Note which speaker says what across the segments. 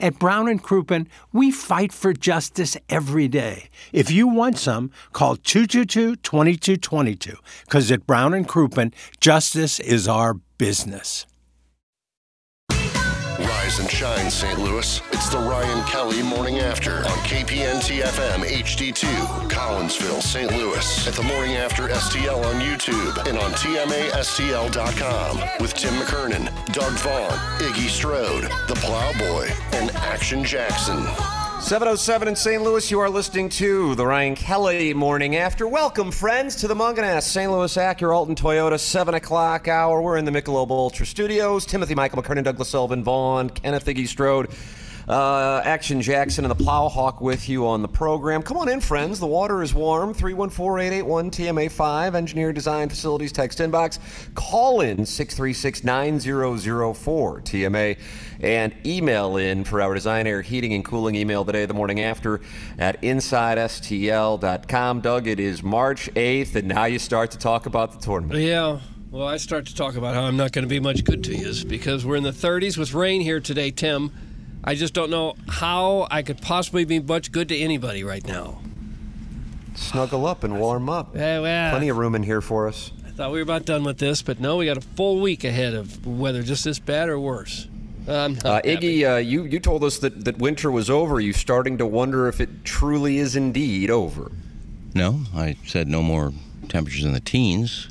Speaker 1: At Brown and Crouppen, we fight for justice every day. If you want some, call 222-2222 because at Brown and Crouppen, justice is our business.
Speaker 2: Rise and shine, St. Louis. It's the Ryan Kelly Morning After on KPNT FM HD2, Collinsville, St. Louis. At the Morning After STL on YouTube and on TMASTL.com with Tim McKernan, Doug Vaughn, Iggy Strode, The Plowboy, and Action Jackson.
Speaker 3: 707 in St. Louis, you are listening to the Ryan Kelly Morning After. Welcome, friends, to the Munganass St. Louis Acura Alton Toyota 7 o'clock hour. We're in the Michelob Ultra Studios. Timothy Michael McKernan, Douglas Sullivan, Vaughn, Kenneth Iggy Strode, uh, Action Jackson, and the Plowhawk with you on the program. Come on in, friends. The water is warm. 314-881-TMA5, Engineer Design Facilities Text Inbox. Call in 636-9004-TMA and email in for our design, air, heating, and cooling email today, the morning after, at InsideSTL.com. Doug, it is March 8th, and now you start to talk about the tournament.
Speaker 4: Yeah. Well, I start to talk about how I'm not going to be much good to you is because we're in the 30s with rain here today, Tim. I just don't know how I could possibly be much good to anybody right now.
Speaker 3: Snuggle up and warm up.
Speaker 4: Yeah, well.
Speaker 3: Plenty of room in here for us.
Speaker 4: I thought we were about done with this, but no, we got a full week ahead of whether just this bad or worse. I'm not
Speaker 3: Uh,
Speaker 4: happy.
Speaker 3: Iggy, uh, you, you told us that, that winter was over. you starting to wonder if it truly is indeed over.
Speaker 5: No, I said no more temperatures in the teens.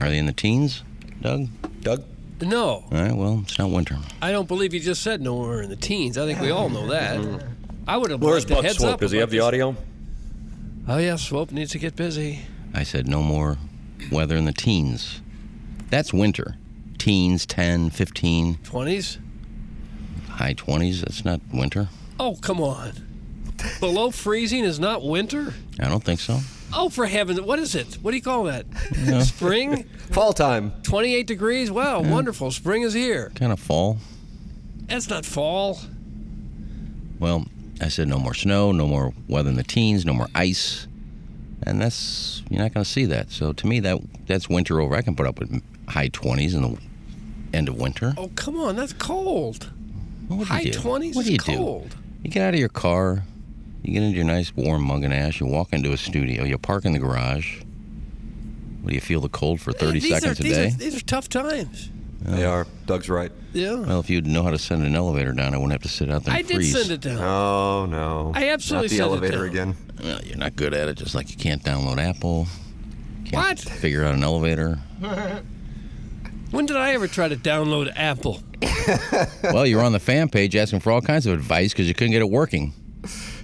Speaker 5: Are they in the teens, Doug?
Speaker 3: Doug?
Speaker 4: No,
Speaker 5: All right, well, it's not winter.
Speaker 4: I don't believe you just said no. We're in the teens. I think we all know that. I would have
Speaker 3: Mm-hmm. Where's
Speaker 4: liked a
Speaker 3: Buck
Speaker 4: heads
Speaker 3: Swope?
Speaker 4: up
Speaker 3: Does he
Speaker 4: about
Speaker 3: have the
Speaker 4: this.
Speaker 3: audio?
Speaker 4: Oh yeah, Swope needs to get busy.
Speaker 5: I said no more weather in the teens. That's winter. Teens, 10, 15,
Speaker 4: Twenties.
Speaker 5: high 20s. That's not winter.
Speaker 4: Oh come on. Below freezing is not winter.
Speaker 5: I don't think so.
Speaker 4: Oh, for heaven's what is it? What do you call that? Spring?
Speaker 3: Fall time.
Speaker 4: 28 degrees? Wow, wonderful. Spring is here.
Speaker 5: Kind of fall.
Speaker 4: That's not fall.
Speaker 5: Well, I said no more snow, no more weather in the teens, no more ice. And that's you're not going to see that. So to me, that that's winter over. I can put up with high 20s in the end of winter.
Speaker 4: Oh, come on. That's cold.
Speaker 5: Well, what do
Speaker 4: High
Speaker 5: you do?
Speaker 4: 20s
Speaker 5: What
Speaker 4: is
Speaker 5: do you
Speaker 4: cold.
Speaker 5: do? You get out of your car, you get into your nice warm mug and ash, you walk into a studio, you park in the garage. What do you feel the cold for 30
Speaker 4: these
Speaker 5: seconds
Speaker 4: are,
Speaker 5: a
Speaker 4: these
Speaker 5: day?
Speaker 4: Are, these are tough times.
Speaker 3: They are. Doug's right.
Speaker 4: Yeah.
Speaker 5: Well, if you'd know how to send an elevator down, I wouldn't have to sit out there
Speaker 4: I
Speaker 5: and
Speaker 4: did
Speaker 5: freeze.
Speaker 4: send it down.
Speaker 3: Oh, no.
Speaker 4: I absolutely
Speaker 3: Not the
Speaker 4: said it
Speaker 3: elevator
Speaker 4: down.
Speaker 3: again.
Speaker 5: Well, you're not good at it, just like you can't download Apple. Can't
Speaker 4: What?
Speaker 5: Figure out an elevator.
Speaker 4: When did I ever try to download Apple?
Speaker 5: well, you're on the fan page asking for all kinds of advice because you couldn't get it working.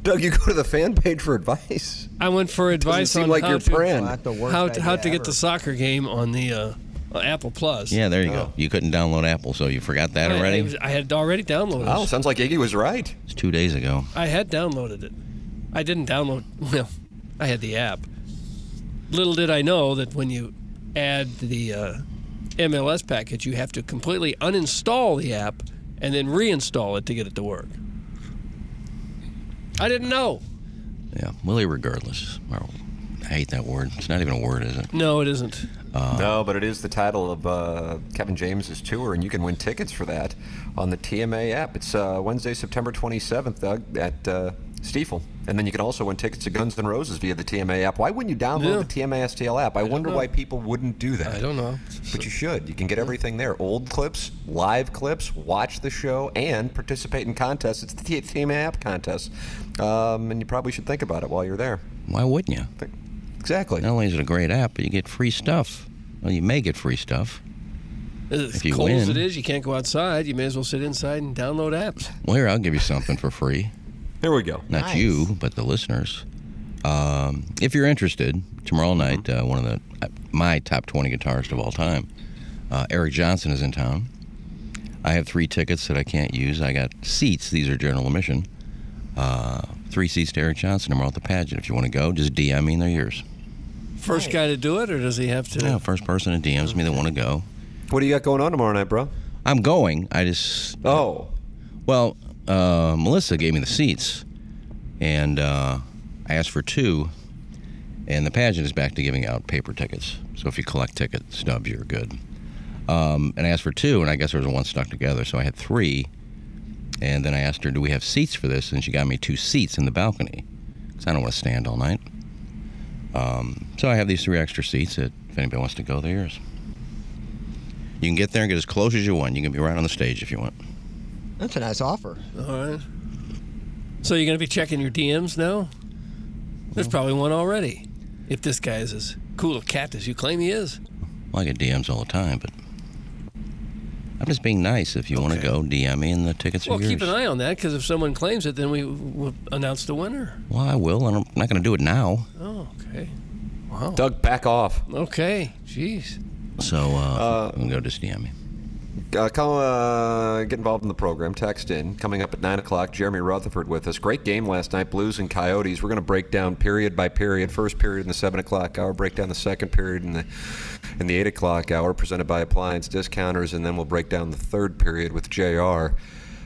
Speaker 3: Doug, you go to the fan page for advice.
Speaker 4: I went for
Speaker 3: Doesn't
Speaker 4: advice
Speaker 3: seem
Speaker 4: on
Speaker 3: like
Speaker 4: how
Speaker 3: your
Speaker 4: to,
Speaker 3: friend.
Speaker 4: how, to, how to get the soccer game on the uh, uh, Apple Plus.
Speaker 5: Yeah, there you go. You couldn't download Apple, so you forgot that
Speaker 4: I, I,
Speaker 5: already.
Speaker 4: Oh. was- I had already downloaded
Speaker 3: Oh,
Speaker 4: it.
Speaker 3: sounds like Iggy was right.
Speaker 5: It's two days ago.
Speaker 4: I had downloaded it. I didn't download. Well, I had the app. Little did I know that when you add the uh, MLS package, you have to completely uninstall the app and then reinstall it to get it to work. I didn't know.
Speaker 5: Yeah, Willie, regardless. Or- I hate that word. It's not even a word, is it?
Speaker 4: No, it isn't.
Speaker 3: no, but it is the title of uh, Kevin James's tour, and you can win tickets for that on the TMA app. It's uh, Wednesday, September 27th, Doug, at uh, Stiefel. And then you can also win tickets to Guns N' Roses via the TMA app. Why wouldn't you download
Speaker 4: Yeah.
Speaker 3: the TMA STL app? I, wonder why people wouldn't do that.
Speaker 4: I don't know.
Speaker 3: But you should. You can get everything there old clips, live clips, watch the show, and participate in contests. It's the T- TMA app contest. Um, and you probably should think about it while you're there.
Speaker 5: Why wouldn't you?
Speaker 3: Think- Exactly.
Speaker 5: Not only is it a great app, but you get free stuff. Well, you may get free stuff.
Speaker 4: As
Speaker 5: you
Speaker 4: cold as
Speaker 5: win.
Speaker 4: it is, you can't go outside. You may as well sit inside and download apps.
Speaker 5: Well, here, I'll give you something for free.
Speaker 3: Here we go.
Speaker 5: Not you, but the listeners. Um, if you're interested, tomorrow night, uh, one of the uh, my top 20 guitarists of all time, uh, Eric Johnson is in town. I have three tickets that I can't use. I got seats. These are general admission. Uh, three seats to Eric Johnson tomorrow at the pageant. If you want to go, just DM me and they're yours.
Speaker 4: First guy to do it, or does he have to?
Speaker 5: Yeah, first person that DMs me that want to go.
Speaker 3: What do you got going on tomorrow night, bro?
Speaker 5: I'm going. I just
Speaker 3: Oh,
Speaker 5: Well, uh, Melissa gave me the seats, and uh, I asked for two. And the pageant is back to giving out paper tickets. So if you collect ticket stubs, you're good. Um, and I asked for two, and I guess there was one stuck together, so I had three. And then I asked her, "Do we have seats for this?" And she got me two seats in the balcony, because I don't want to stand all night. Um, so I have these three extra seats. That if anybody wants to go, they're yours. You can get there and get as close as you want. You can be right on the stage if you want.
Speaker 6: That's a nice offer.
Speaker 4: All right. So you're going to be checking your DMs now? There's probably one already. If this guy is as cool a cat as you claim he is.
Speaker 5: Well, I get DMs all the time, but I'm just being nice. If you want to go, DM me and the tickets
Speaker 4: Well,
Speaker 5: are yours.
Speaker 4: keep an eye on that because if someone claims it, then we will announce the winner.
Speaker 5: Well, I will. I don't- I'm not going to do it now.
Speaker 4: Oh, okay.
Speaker 3: Oh, Doug, back off.
Speaker 4: Okay. Jeez.
Speaker 5: So uh, you can go just DM me.
Speaker 3: Uh, come uh, get involved in the program. Text in. Coming up at nine o'clock, Jeremy Rutherford with us. Great game last night, Blues and Coyotes. We're going to break down period by period. First period in the seven o'clock hour. Break down the second period in the in the eight o'clock hour. Presented by Appliance Discounters, and then we'll break down the third period with Jr.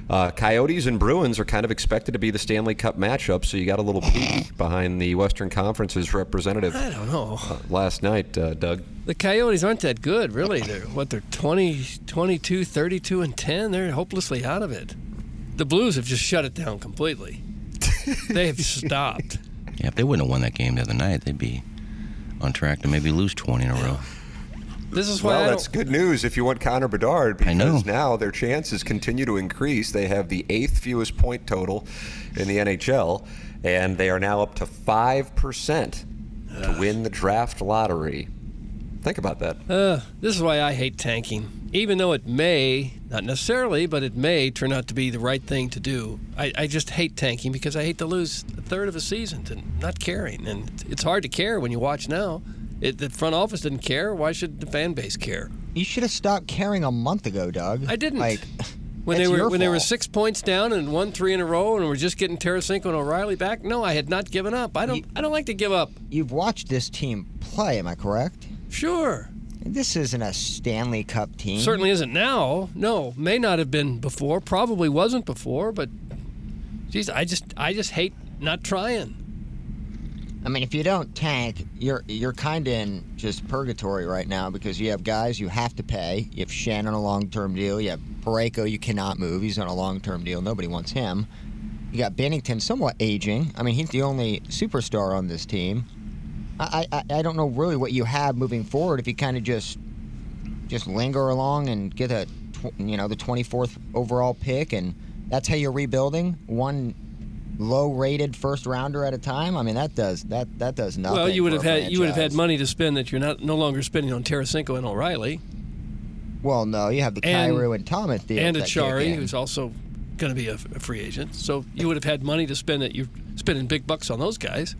Speaker 3: Uh, Coyotes and Bruins are kind of expected to be the Stanley Cup matchup, so you got a little peek behind the Western Conference's representative
Speaker 4: I don't know.
Speaker 3: last night, uh, Doug.
Speaker 4: The Coyotes aren't that good, really. They're what? They're 20, 22, 32, and 10. They're hopelessly out of it. The Blues have just shut it down completely. they have stopped.
Speaker 5: Yeah, if they wouldn't have won that game the other night, they'd be on track to maybe lose 20 in a row.
Speaker 4: This is why
Speaker 3: Well,
Speaker 4: I
Speaker 3: that's
Speaker 4: don't-
Speaker 3: good news if you want Connor Bedard because
Speaker 5: know.
Speaker 3: now their chances continue to increase. They have the eighth fewest point total in the NHL, and they are now up to 5% to win the draft lottery. Think about that.
Speaker 4: Uh, this is why I hate tanking. Even though it may, not necessarily, but it may turn out to be the right thing to do. I, I just hate tanking because I hate to lose a third of a season to not caring. And it's hard to care when you watch now. It, the front office didn't care. Why should the fan base care?
Speaker 6: You should have stopped caring a month ago, Doug.
Speaker 4: I didn't.
Speaker 6: Like
Speaker 4: when they
Speaker 6: that's
Speaker 4: were
Speaker 6: your
Speaker 4: when they were
Speaker 6: fault.
Speaker 4: six points down and won three in a row and were just getting Tarasenko and O'Reilly back, no, I had not given up. I don't I don't like to give up.
Speaker 6: you've watched this team play. Am I correct?
Speaker 4: Sure.
Speaker 6: This isn't a Stanley Cup team.
Speaker 4: Mm-hmm. Certainly isn't now. No, may not have been before. Probably wasn't before. But, geez, I just I just hate not trying.
Speaker 6: I mean, if you don't tank, you're you're kind of in just purgatory right now because you have guys you have to pay. You have Shannon on a long-term deal. You have Pareko you cannot move. He's on a long-term deal. Nobody wants him. You got Bennington somewhat aging. I mean, he's the only superstar on this team. I I, I- I don't know really what you have moving forward if you kind of just just linger along and get a tw- you know the 24th overall pick and that's how you're rebuilding one low rated first rounder at a time i mean that does that that does nothing
Speaker 4: well, you would
Speaker 6: for
Speaker 4: have
Speaker 6: a
Speaker 4: had you would have had
Speaker 6: franchise.
Speaker 4: money to spend that you're not no longer spending on Tarasenko and O'Reilly
Speaker 6: well no you have the
Speaker 4: And-
Speaker 6: Cairo and thomas deal
Speaker 4: and Achari, who's also going to be a, a free agent. So you would have had money to spend that you're spending big bucks on those guys.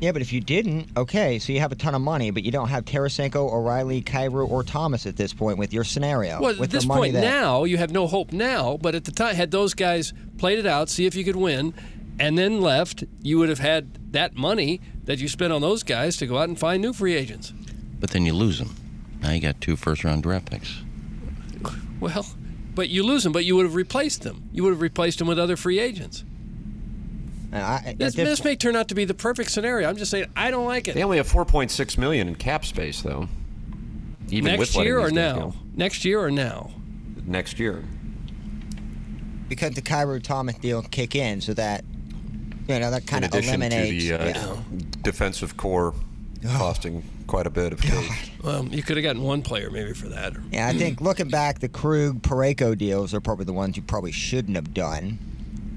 Speaker 6: yeah but if you didn't okay so you have a ton of money but you don't have Tarasenko, o'reilly Cairo, or thomas at this point with your
Speaker 3: Oh,
Speaker 6: scenario
Speaker 4: Well, at
Speaker 6: with
Speaker 4: this
Speaker 6: the money
Speaker 4: point
Speaker 6: that,
Speaker 4: now, you have no hope now. But at the time, had those guys played it out, see if you could win, and then left, you would have had that money that you spent on those guys to go out and find new free agents.
Speaker 5: But then you lose them. Now you got two first round draft picks.
Speaker 4: Well, but you lose them, but you would have replaced them. You would have replaced them with other free agents.
Speaker 6: And uh, I- at
Speaker 4: This,
Speaker 6: this-
Speaker 4: this may turn out to be the perfect scenario. I'm just saying, I don't like it.
Speaker 3: They only have 4.6 million in cap space, though. Even
Speaker 4: Next
Speaker 3: with letting
Speaker 4: year or
Speaker 3: these guys
Speaker 4: now? Next year or now?
Speaker 3: go. Next year.
Speaker 6: because the Cairo Thomas deal kick in, so that you know that kind
Speaker 3: In
Speaker 6: of
Speaker 3: addition to
Speaker 6: eliminates.
Speaker 3: the uh,
Speaker 6: yeah.
Speaker 3: defensive core costing quite a bit of space.
Speaker 4: Well, you could have gotten one player maybe for that. Or,
Speaker 6: Yeah, I think looking back, the Krug Pareko deals are probably the ones you probably shouldn't have done.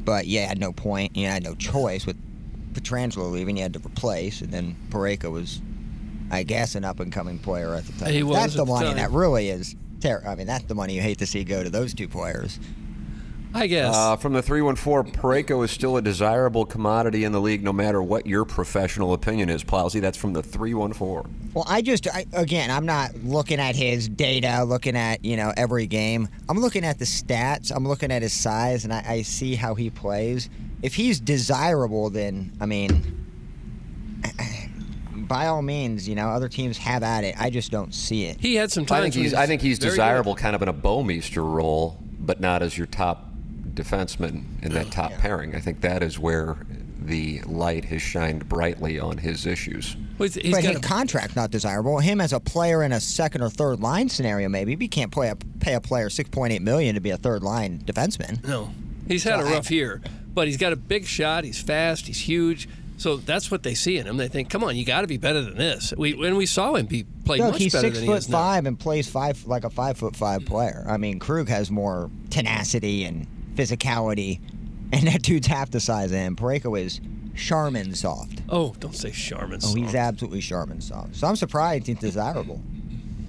Speaker 6: But yeah, had no point. You had no choice with Petrangelo leaving. You had to replace, and then Pareko was, I guess, an up and coming player at the time.
Speaker 4: He was
Speaker 6: That's
Speaker 4: at
Speaker 6: the
Speaker 4: the
Speaker 6: one
Speaker 4: time.
Speaker 6: that really is Ter- I mean, that's the money you hate to see go to those two players.
Speaker 4: I guess.
Speaker 3: Uh, from the 314, Pareko is still a desirable commodity in the league, no matter what your professional opinion is, Plowsy. That's from the 314.
Speaker 6: Well, I just I, again, I'm not looking at his data, looking at you know every game. I'm looking at the stats. I'm looking at his size, and I, I see how he plays. If he's desirable, then I mean, by all means, you know, other teams have at it. I just don't see it.
Speaker 4: he had some
Speaker 3: I
Speaker 4: time.
Speaker 3: think he's, I think he's desirable kind of in a Bowmeister role, but not as your top defenseman in that top pairing. I think that is where the light has shined brightly on his issues.
Speaker 4: He's, he's
Speaker 6: but
Speaker 4: got
Speaker 6: his
Speaker 4: a-
Speaker 6: contract not desirable. Him as a player in a second or third line scenario, maybe. But you can't play a, pay a player six point eight million to be a third line defenseman.
Speaker 4: No, he's had a rough year, but he's got a big shot. He's fast. He's huge. So that's what they see in him. They think, come on, you got to be better than this. We when we saw him be play
Speaker 6: Look,
Speaker 4: much
Speaker 6: he's
Speaker 4: better
Speaker 6: six
Speaker 4: than he
Speaker 6: foot
Speaker 4: is now.
Speaker 6: five and plays five like a five foot five player. I mean, Krug has more tenacity and physicality, and that dude's half the size of him. Pareko is Charmin soft.
Speaker 4: Oh, don't say Charmin.
Speaker 6: Oh,
Speaker 4: soft.
Speaker 6: he's absolutely Charmin soft. So I'm surprised he's desirable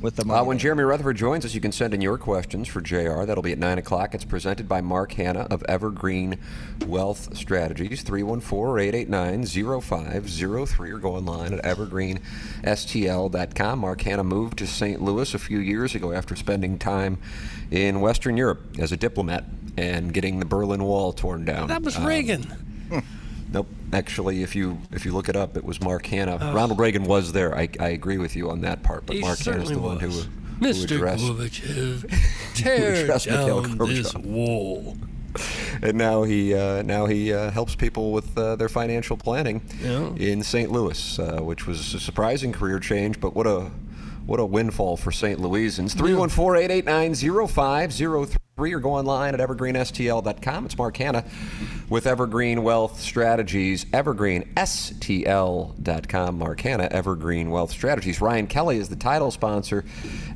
Speaker 6: with the money.
Speaker 3: Uh, when Jeremy Rutherford joins us, you can send in your questions for JR. That'll be at 9 o'clock. It's presented by Mark Hanna of Evergreen Wealth Strategies, 314-889-0503, or go online at evergreenstl.com. Mark Hanna moved to St. Louis a few years ago after spending time in Western Europe as a diplomat and getting the Berlin Wall torn down.
Speaker 4: That was
Speaker 3: Uh,
Speaker 4: Reagan.
Speaker 3: Nope. Actually, if you if you look it up, it was Mark Hanna. Ronald Reagan was there. I, I agree with you on that part, but
Speaker 4: He
Speaker 3: Mark Hanna's
Speaker 4: certainly
Speaker 3: the one who,
Speaker 4: was.
Speaker 3: who
Speaker 4: Mr.
Speaker 3: addressed
Speaker 4: Gorbachev,
Speaker 3: who
Speaker 4: tear
Speaker 3: addressed Mikhail
Speaker 4: down this
Speaker 3: Gorbachev.
Speaker 4: wall.
Speaker 3: and now he uh, now he uh, helps people with uh, their financial planning
Speaker 4: Yeah.
Speaker 3: in St. Louis, uh, which was a surprising career change, but what a what a windfall for St. Louisans. 314-889-0503 or go online at evergreenstl.com. It's Mark Hanna with Evergreen Wealth Strategies, evergreenstl.com. Mark Hanna, Evergreen Wealth Strategies. Ryan Kelly is the title sponsor.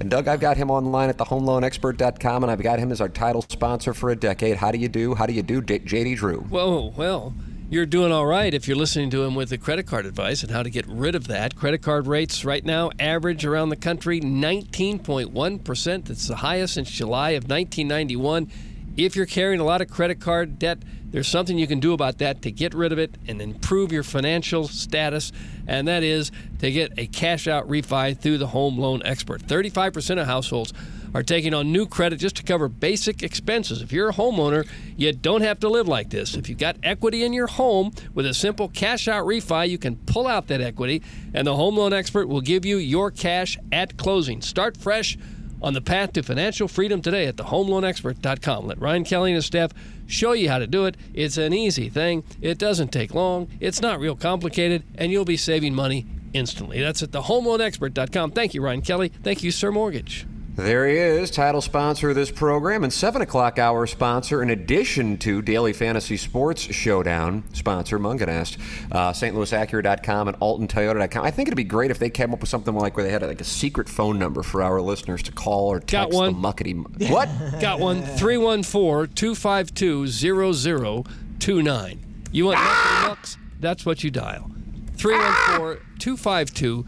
Speaker 3: And Doug, I've got him online at thehomeloanexpert.com, and I've got him as our title sponsor for a decade. How do you do? How do you do, J- JD Drew?
Speaker 4: Well, well, you're doing all right if you're listening to him with the credit card advice and how to get rid of that. Credit card rates right now average around the country 19.1%. That's the highest since July of 1991. If you're carrying a lot of credit card debt, there's something you can do about that to get rid of it and improve your financial status, and that is to get a cash out refi through the home loan expert. 35% of households are taking on new credit just to cover basic expenses. If you're a homeowner, you don't have to live like this. If you've got equity in your home with a simple cash out refi, you can pull out that equity, and the home loan expert will give you your cash at closing. Start fresh on the path to financial freedom today at thehomeloanexpert.com. Let Ryan Kelly and his staff show you how to do it. It's an easy thing, it doesn't take long, it's not real complicated, and you'll be saving money instantly. That's at thehomeloanexpert.com. Thank you, Ryan Kelly. Thank you, Sir Mortgage.
Speaker 3: There he is, title sponsor of this program and 7 o'clock hour sponsor, in addition to Daily Fantasy Sports Showdown sponsor, Munganast, uh, stlouisacura.com and altontoyota.com. I think it'd be great if they came up with something like where they had like a secret phone number for our listeners to call or text
Speaker 4: one.
Speaker 3: the muckety. What?
Speaker 4: Got one 314 252 0029. You want muckety mucks? That's what you dial. 314 252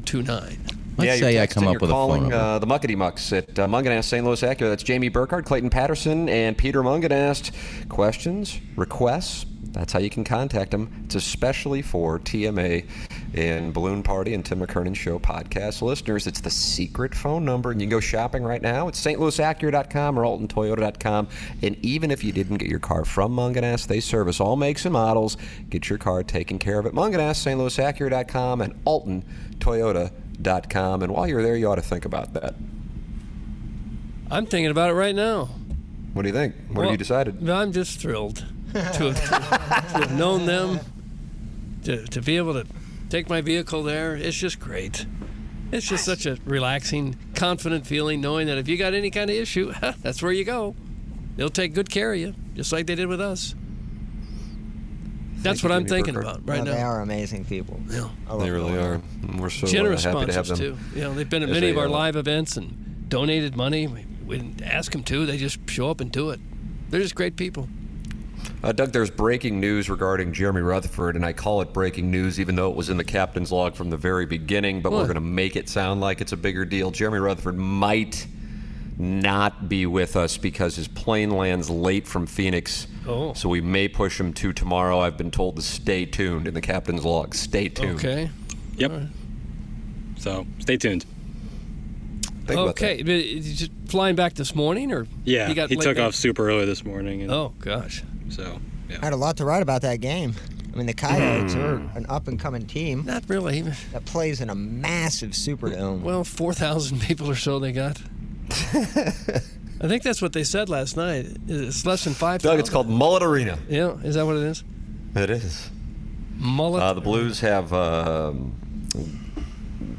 Speaker 4: 0029.
Speaker 5: Let's
Speaker 3: you're
Speaker 5: say I
Speaker 3: texting,
Speaker 5: come
Speaker 3: you're
Speaker 5: up with
Speaker 3: calling,
Speaker 5: a phone number.
Speaker 3: Uh, the Muckety Mucks at uh, Munganast, St. Louis Acura. That's Jamie Burkhardt, Clayton Patterson, and Peter Munganast. Questions, requests, that's how you can contact them. It's especially for TMA and Balloon Party and Tim McKernan Show podcast listeners. It's the secret phone number, and you can go shopping right now. It's stlouisacura.com or altontoyota.com. And even if you didn't get your car from Munganast, they service all makes and models. Get your car taken care of at Munganast, stlouisacura.com, and Alton Toyota com. And while you're there, you ought to think about that.
Speaker 4: I'm thinking about it right now.
Speaker 3: What do you think? What have you decided?
Speaker 4: No, I'm just thrilled to have, to have known them, to, to be able to take my vehicle there. It's just great. It's just such a relaxing, confident feeling knowing that if you got any kind of issue, that's where you go. They'll take good care of you, just like they did with us. That's
Speaker 3: you,
Speaker 4: what I'm
Speaker 3: Jimmy
Speaker 4: thinking
Speaker 3: Burkhardt.
Speaker 4: about right
Speaker 6: No, they
Speaker 4: now.
Speaker 6: are amazing people.
Speaker 4: Yeah.
Speaker 3: They really are. And We're so uh,
Speaker 4: Generous
Speaker 3: happy to have
Speaker 4: sponsors
Speaker 3: them.
Speaker 4: too. You know, they've been at
Speaker 3: as
Speaker 4: many of
Speaker 3: a,
Speaker 4: our
Speaker 3: uh,
Speaker 4: live events and donated money. We, we didn't ask them to. They just show up and do it. They're just great people.
Speaker 3: Uh, Doug, there's breaking news regarding Jeremy Rutherford, and I call it breaking news, even though it was in the captain's log from the very beginning. But we're
Speaker 4: What?
Speaker 3: going to make it sound like it's a bigger deal. Jeremy Rutherford might not be with us because his plane lands late from Phoenix.
Speaker 4: Oh.
Speaker 3: So we may push him to tomorrow. I've been told to stay tuned in the captain's log. Stay tuned.
Speaker 4: Okay.
Speaker 5: Yep. So stay tuned.
Speaker 3: Think about that.
Speaker 4: okay. But is he just flying back this morning, or
Speaker 5: Yeah,
Speaker 4: He, got laid
Speaker 5: took
Speaker 4: back?
Speaker 5: off super early this morning. And
Speaker 4: Oh gosh.
Speaker 5: So
Speaker 6: I
Speaker 5: yeah,
Speaker 6: had a lot to write about that game. I mean, the Coyotes are an up and coming team
Speaker 4: Not really.
Speaker 6: that plays in a massive Superdome.
Speaker 4: Well, 4,000 people or so they got. I think that's what they said last night. It's less than 5,000.
Speaker 3: Doug, it's called Mullet Arena.
Speaker 4: Yeah, is that what it is?
Speaker 3: It is.
Speaker 4: Mullet.
Speaker 3: Uh, the Blues have um,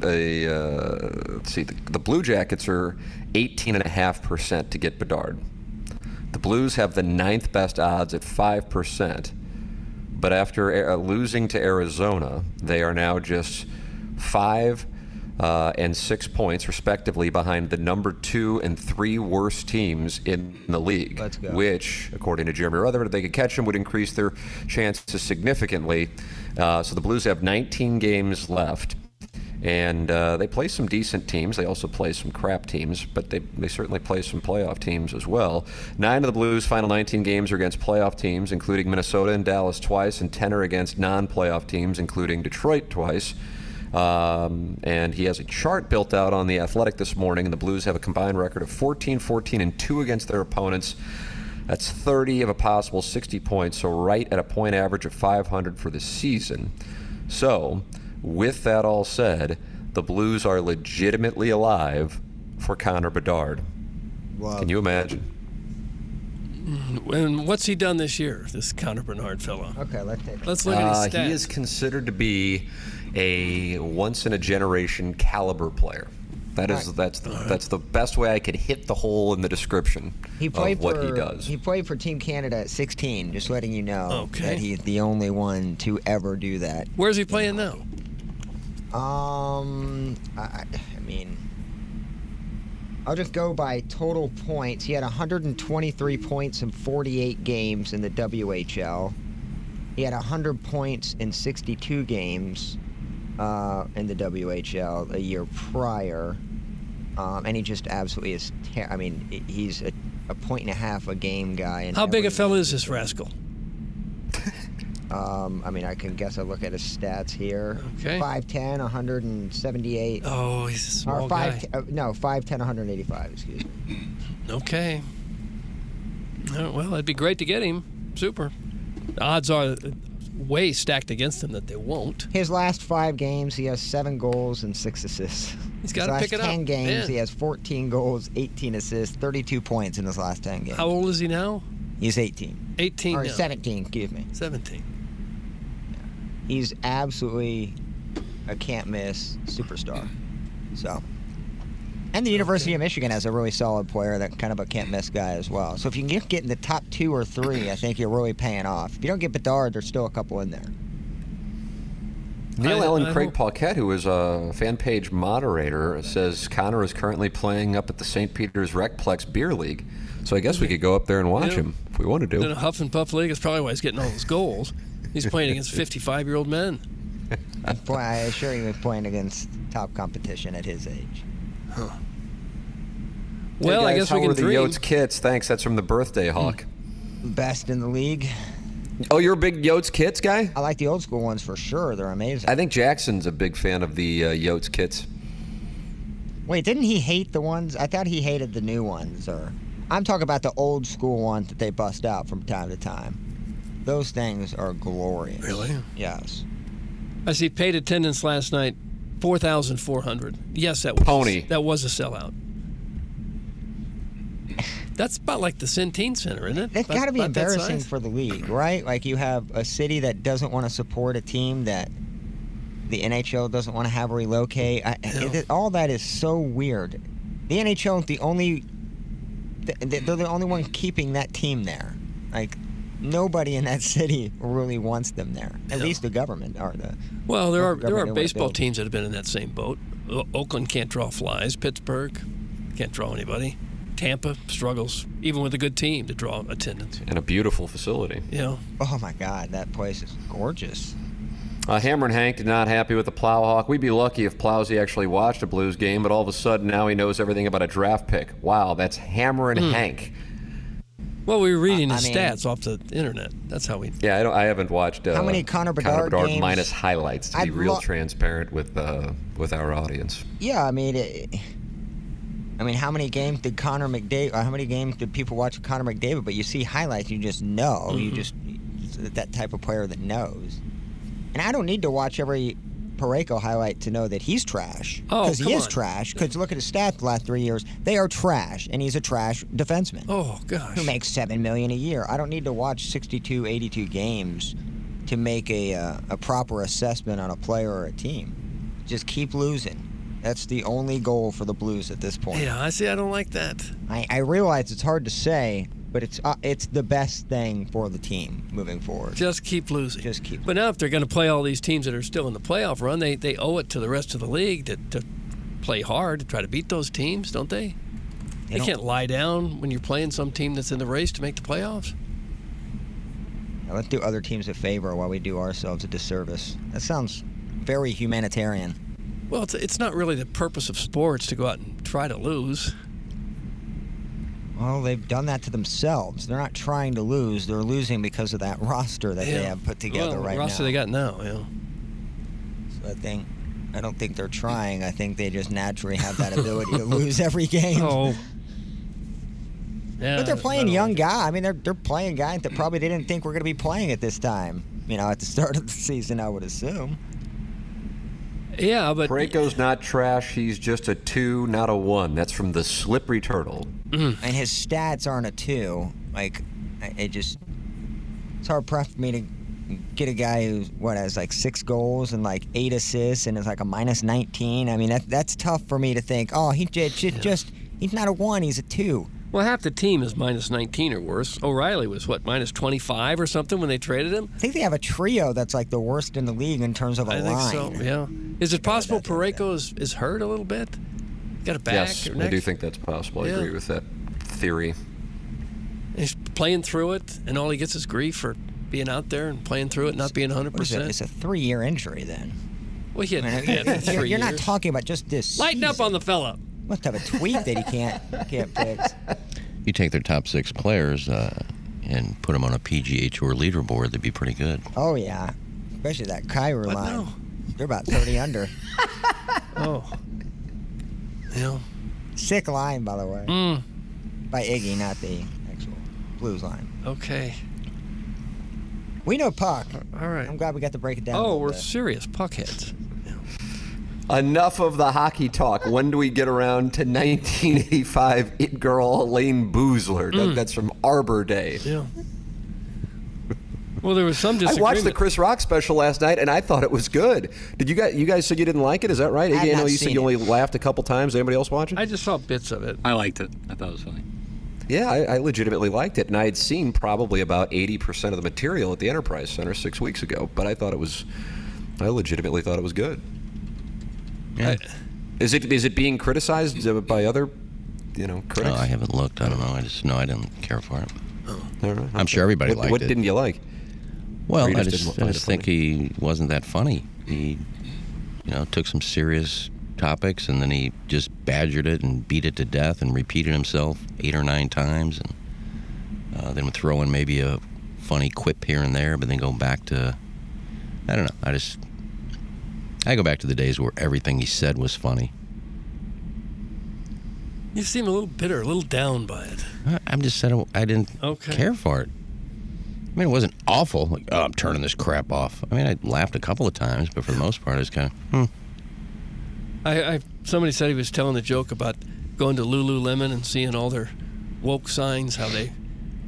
Speaker 3: a uh, let's see. The, the Blue Jackets are 18.5% to get Bedard. The Blues have the ninth best odds at 5%. But after uh, losing to Arizona, they are now just five uh, and six points, respectively, behind the number two and three worst teams in the league.
Speaker 6: Let's go.
Speaker 3: Which, according to Jeremy Rutherford, if they could catch them, would increase their chances significantly. Uh, so the Blues have 19 games left. And uh, they play some decent teams. They also play some crap teams, but they, they certainly play some playoff teams as well. Nine of the Blues' final 19 games are against playoff teams, including Minnesota and Dallas twice, and 10 are against non playoff teams, including Detroit twice. Um, and he has a chart built out on The Athletic this morning, and the Blues have a combined record of 14 14 and 2 against their opponents. That's 30 of a possible 60 points, so right at a point average of 500 for the season. So, with that all said, the Blues are legitimately alive for Connor Bedard.
Speaker 6: Wow.
Speaker 3: Can you imagine?
Speaker 4: and what's he done this year, this Connor Bernard fellow?
Speaker 6: Okay, let's take it.
Speaker 4: Let's look at his
Speaker 3: Uh,
Speaker 4: stats.
Speaker 3: he is considered to be a once in a generation caliber player. That is that's the, that's the best way I could hit the hole in the description
Speaker 6: He
Speaker 3: of
Speaker 6: played
Speaker 3: what
Speaker 6: for
Speaker 3: he does.
Speaker 6: he played for Team Canada at 16. Just letting you know
Speaker 4: Okay.
Speaker 6: that he's the only one to ever do that.
Speaker 4: Where's he playing now?
Speaker 6: Um, I, I- I mean, I'll just go by total points. He had 123 points in 48 games in the WHL. He had 100 points in 62 games uh, in the WHL a year prior. Um, and he just absolutely is. Ter- I mean, he- he's a, a point and a half a game guy. in
Speaker 4: How big a
Speaker 6: every
Speaker 4: fella
Speaker 6: league.
Speaker 4: is this rascal?
Speaker 6: Um, I mean, I can guess I look at his stats here.
Speaker 4: Okay.
Speaker 6: 5'10, 178.
Speaker 4: Oh, he's a small
Speaker 6: Or five,
Speaker 4: guy.
Speaker 6: uh, no, 5'10, 185, excuse me.
Speaker 4: Okay. All right, well, it'd be great to get him. Super. The odds are uh, way stacked against him that they won't.
Speaker 6: His last five games, he has seven goals and six assists.
Speaker 4: He's gotta
Speaker 6: His
Speaker 4: pick it
Speaker 6: last
Speaker 4: up.
Speaker 6: 10 games,
Speaker 4: Yeah.
Speaker 6: he has 14 goals, 18 assists, 32 points in his last 10 games.
Speaker 4: How old is he now?
Speaker 6: He's 18.
Speaker 4: 18
Speaker 6: Or
Speaker 4: now.
Speaker 6: 17, excuse me.
Speaker 4: 17.
Speaker 6: He's absolutely a can't miss superstar. So. And the University of Michigan has a really solid player that kind of a can't miss guy as well. So if you can get, get in the top two or three, I think you're really paying off. If you don't get Bedard, there's still a couple in there.
Speaker 3: Neil
Speaker 4: I-
Speaker 3: Allen
Speaker 4: I
Speaker 3: Craig
Speaker 4: hope-
Speaker 3: Paquette, who is a fan page moderator, says Connor is currently playing up at the St. Peter's Recplex Beer League. So I guess we could go up there and watch
Speaker 4: Yeah.
Speaker 3: him if we wanted to.
Speaker 4: In a huff and puff league, is probably why he's getting all those goals. He's playing against 55 year old men.
Speaker 6: Boy, I assure you, he's playing against top competition at his age.
Speaker 3: Hey,
Speaker 4: Well, I
Speaker 3: guys,
Speaker 4: guess
Speaker 3: how
Speaker 4: we can
Speaker 3: are the
Speaker 4: dream.
Speaker 3: Yotes kits? Thanks, that's from the birthday hawk.
Speaker 6: Best in the league.
Speaker 3: Hmm. Oh, you're a big Yotes kits guy?
Speaker 6: I like the old school ones for sure. They're amazing.
Speaker 3: I think Jackson's a big fan of the uh, Yotes kits.
Speaker 6: Wait, didn't he hate the ones? I thought he hated the new ones. Or I'm talking about the old school ones that they bust out from time to time. Those things are glorious.
Speaker 4: Really?
Speaker 6: Yes.
Speaker 4: I see paid attendance last night, 4,400. Yes, that was,
Speaker 3: Pony.
Speaker 4: That was a sellout. That's about like the Centene Center, isn't it?
Speaker 6: That's
Speaker 4: About-
Speaker 6: got to be
Speaker 4: about that
Speaker 6: embarrassing
Speaker 4: size?
Speaker 6: for the league, right? Like you have a city that doesn't want to support a team that the NHL doesn't want to have relocate. I, it- it- all that is so weird. The NHL is the only th- th- they're the only one keeping that team there. Like nobody in that city really wants them there. At least the government or the
Speaker 4: Well, there are
Speaker 6: Local
Speaker 4: there are
Speaker 6: government they wanna
Speaker 4: baseball
Speaker 6: build.
Speaker 4: teams that have been in that same boat. O- Oakland can't draw flies. Pittsburgh can't draw anybody. Tampa struggles even with a good team to draw attendance.
Speaker 3: And a beautiful facility.
Speaker 4: You know,
Speaker 6: oh my god, that place is gorgeous.
Speaker 3: Uh, Hammer and Hank did not happy with the Plowhawk. We'd be lucky if Plowsy actually watched a Blues game, but all of a sudden now he knows everything about a draft pick. Wow, that's Hammer and Hank.
Speaker 4: Well, we were reading
Speaker 6: I-
Speaker 4: his
Speaker 6: I mean-
Speaker 4: stats off the internet. That's how we.
Speaker 3: Yeah, I, don't, I haven't watched. Uh,
Speaker 6: How many Connor Bedard games?
Speaker 3: minus highlights to be
Speaker 6: I'd
Speaker 3: real
Speaker 6: lo-
Speaker 3: transparent with uh, with our audience.
Speaker 6: Yeah, I mean, it, I mean, how many games did Connor McDavid? Or how many games did people watch Connor McDavid? But you see highlights, you just know.
Speaker 4: Mm-hmm.
Speaker 6: You just it's that type of player that knows. And I don't need to watch every Pareko highlight to know that he's trash.
Speaker 4: Oh,
Speaker 6: because
Speaker 4: come
Speaker 6: he is
Speaker 4: on.
Speaker 6: trash. Because look at his stats the last three years; they are trash, and he's a trash defenseman
Speaker 4: Oh gosh.
Speaker 6: who makes seven million a year. I don't need to watch 62, 82 games to make a uh, a proper assessment on a player or a team. Just keep losing. That's the only goal for the Blues at this point.
Speaker 4: Yeah, I see. I don't like that.
Speaker 6: I, I realize it's hard to say, but it's uh, it's the best thing for the team moving forward.
Speaker 4: Just keep losing.
Speaker 6: Just keep-
Speaker 4: But now, if they're going to play all these teams that are still in the playoff run, they they owe it to the rest of the league to, to play hard to try to beat those teams, don't they? They
Speaker 6: don't-
Speaker 4: can't lie down when you're playing some team that's in the race to make the playoffs.
Speaker 6: Now, let's do other teams a favor while we do ourselves a disservice. That sounds very humanitarian.
Speaker 4: Well, it's, it's not really the purpose of sports to go out and try to lose.
Speaker 6: Well, they've done that to themselves. They're not trying to lose. They're losing because of that roster that they
Speaker 4: Yeah.
Speaker 6: have put together
Speaker 4: well,
Speaker 6: right
Speaker 4: the roster
Speaker 6: now.
Speaker 4: they got now. Yeah.
Speaker 6: I think I don't think they're trying. I think they just naturally have that ability to lose every game.
Speaker 4: Oh. Yeah,
Speaker 6: But they're
Speaker 4: I
Speaker 6: playing
Speaker 4: don't
Speaker 6: young
Speaker 4: like it.
Speaker 6: guys. I mean, they're they're playing guys that probably they didn't think were going to be playing at this time. You know, at the start of the season, I would assume.
Speaker 4: Yeah, but
Speaker 3: Braco's not trash. He's just a two, not a one. That's from the Slippery Turtle.
Speaker 6: And his stats aren't a two. Like, I- it just it's hard prep for me to get a guy who what has like six goals and like eight assists and is like a minus nineteen. I mean, that that's tough for me to think. Oh, he just, just he's not a one. He's a two.
Speaker 4: well, half the team is minus 19 or worse. O'Reilly was what minus 25 or something when they traded him.
Speaker 6: I think they have a trio that's like the worst in the league in terms of a
Speaker 4: I think
Speaker 6: line.
Speaker 4: so. Yeah. Is it possible Pareko is, is hurt a little bit? Got a back
Speaker 3: yes,
Speaker 4: or
Speaker 3: I
Speaker 4: neck?
Speaker 3: do think that's possible. I
Speaker 4: Yeah.
Speaker 3: agree with that theory.
Speaker 4: He's playing through it, and all he gets is grief for being out there and playing through it, not being 100.
Speaker 6: What is it? It's
Speaker 4: percent
Speaker 6: a three-year injury then.
Speaker 4: Well, he had,
Speaker 6: I mean,
Speaker 4: he had
Speaker 6: you're,
Speaker 4: 3
Speaker 6: you're not
Speaker 4: years.
Speaker 6: talking about just this.
Speaker 4: Lighten up
Speaker 6: season.
Speaker 4: on the fella.
Speaker 6: Must have a tweak that he can't can't fix.
Speaker 5: You take their top six players uh, and put them on a PGA Tour leaderboard, they'd be pretty good.
Speaker 6: Oh yeah, especially that Kyra
Speaker 4: But
Speaker 6: line.
Speaker 4: no.
Speaker 6: They're about 30 under.
Speaker 4: Oh. Yeah.
Speaker 6: Sick line, by the way.
Speaker 4: Mm.
Speaker 6: By Iggy, not the actual Blues line.
Speaker 4: Okay.
Speaker 6: We know Puck.
Speaker 4: All right.
Speaker 6: I'm glad we got to break it down. a
Speaker 4: Oh,
Speaker 6: little
Speaker 4: we're
Speaker 6: bit.
Speaker 4: serious puckheads.
Speaker 3: Enough of the hockey talk. When do we get around to 1985 It Girl Elaine Boozler? That, That's from Arbor Day.
Speaker 4: Yeah. Well, there was some
Speaker 3: I
Speaker 4: disagreement.
Speaker 3: watched the Chris Rock special last night, and I thought it was good. Did you guys? You guys said you didn't like it? Is that right?
Speaker 6: I have
Speaker 3: Iggy, know
Speaker 6: not
Speaker 3: you said
Speaker 6: seen
Speaker 3: you
Speaker 6: it.
Speaker 3: only laughed a couple times. Anybody else watch it?
Speaker 4: I just saw bits of it.
Speaker 7: I liked it. I thought it was funny.
Speaker 3: yeah, I, I legitimately liked it, and I had seen probably about 80% of the material at the Enterprise Center six weeks ago. But I thought it was, I legitimately thought it was good.
Speaker 5: Yeah.
Speaker 3: Is it? Is it being criticized uh, by other, you know, critics?
Speaker 5: Oh, I haven't looked. I don't know. I just no. I didn't care for it.
Speaker 3: All right.
Speaker 5: I'm sure everybody
Speaker 3: What,
Speaker 5: liked
Speaker 3: what
Speaker 5: it.
Speaker 3: didn't you like?
Speaker 5: Well,
Speaker 3: Or you
Speaker 5: I
Speaker 3: just
Speaker 5: just,
Speaker 3: didn't
Speaker 5: I
Speaker 3: find
Speaker 5: just
Speaker 3: it
Speaker 5: think he wasn't that funny. He, you know, took some serious topics and then he just badgered it and beat it to death and repeated himself eight or nine times and uh, then would throw in maybe a funny quip here and there, but then go back to, I don't know. I just, I go back to the days where everything he said was funny.
Speaker 4: You seem a little bitter, a little down by it.
Speaker 5: I- I'm just said I- I didn't
Speaker 4: Okay.
Speaker 5: care for it. I mean, it wasn't awful. Like, oh, I'm turning this crap off. I mean, I laughed a couple of times, but for the most part, I was kind of.
Speaker 4: I, I somebody said he was telling the joke about going to Lululemon and seeing all their woke signs, how they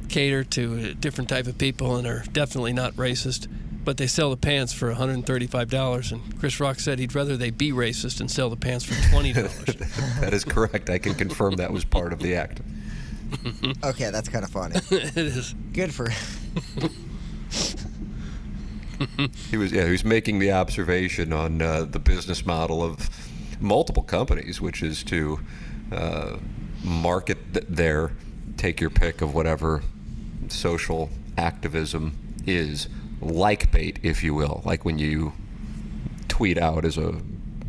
Speaker 4: cater to a different type of people and are definitely not racist, but they sell the pants for $135. And Chris Rock said he'd rather they be racist and sell the pants for $20.
Speaker 3: That is correct. I can confirm that was part of the act.
Speaker 6: Okay, that's kind of funny.
Speaker 4: it is.
Speaker 6: Good for.
Speaker 3: He was yeah, he was making the observation on uh, the business model of multiple companies, which is to uh, market th- their take your pick of whatever social activism is like bait, if you will, like when you tweet out as a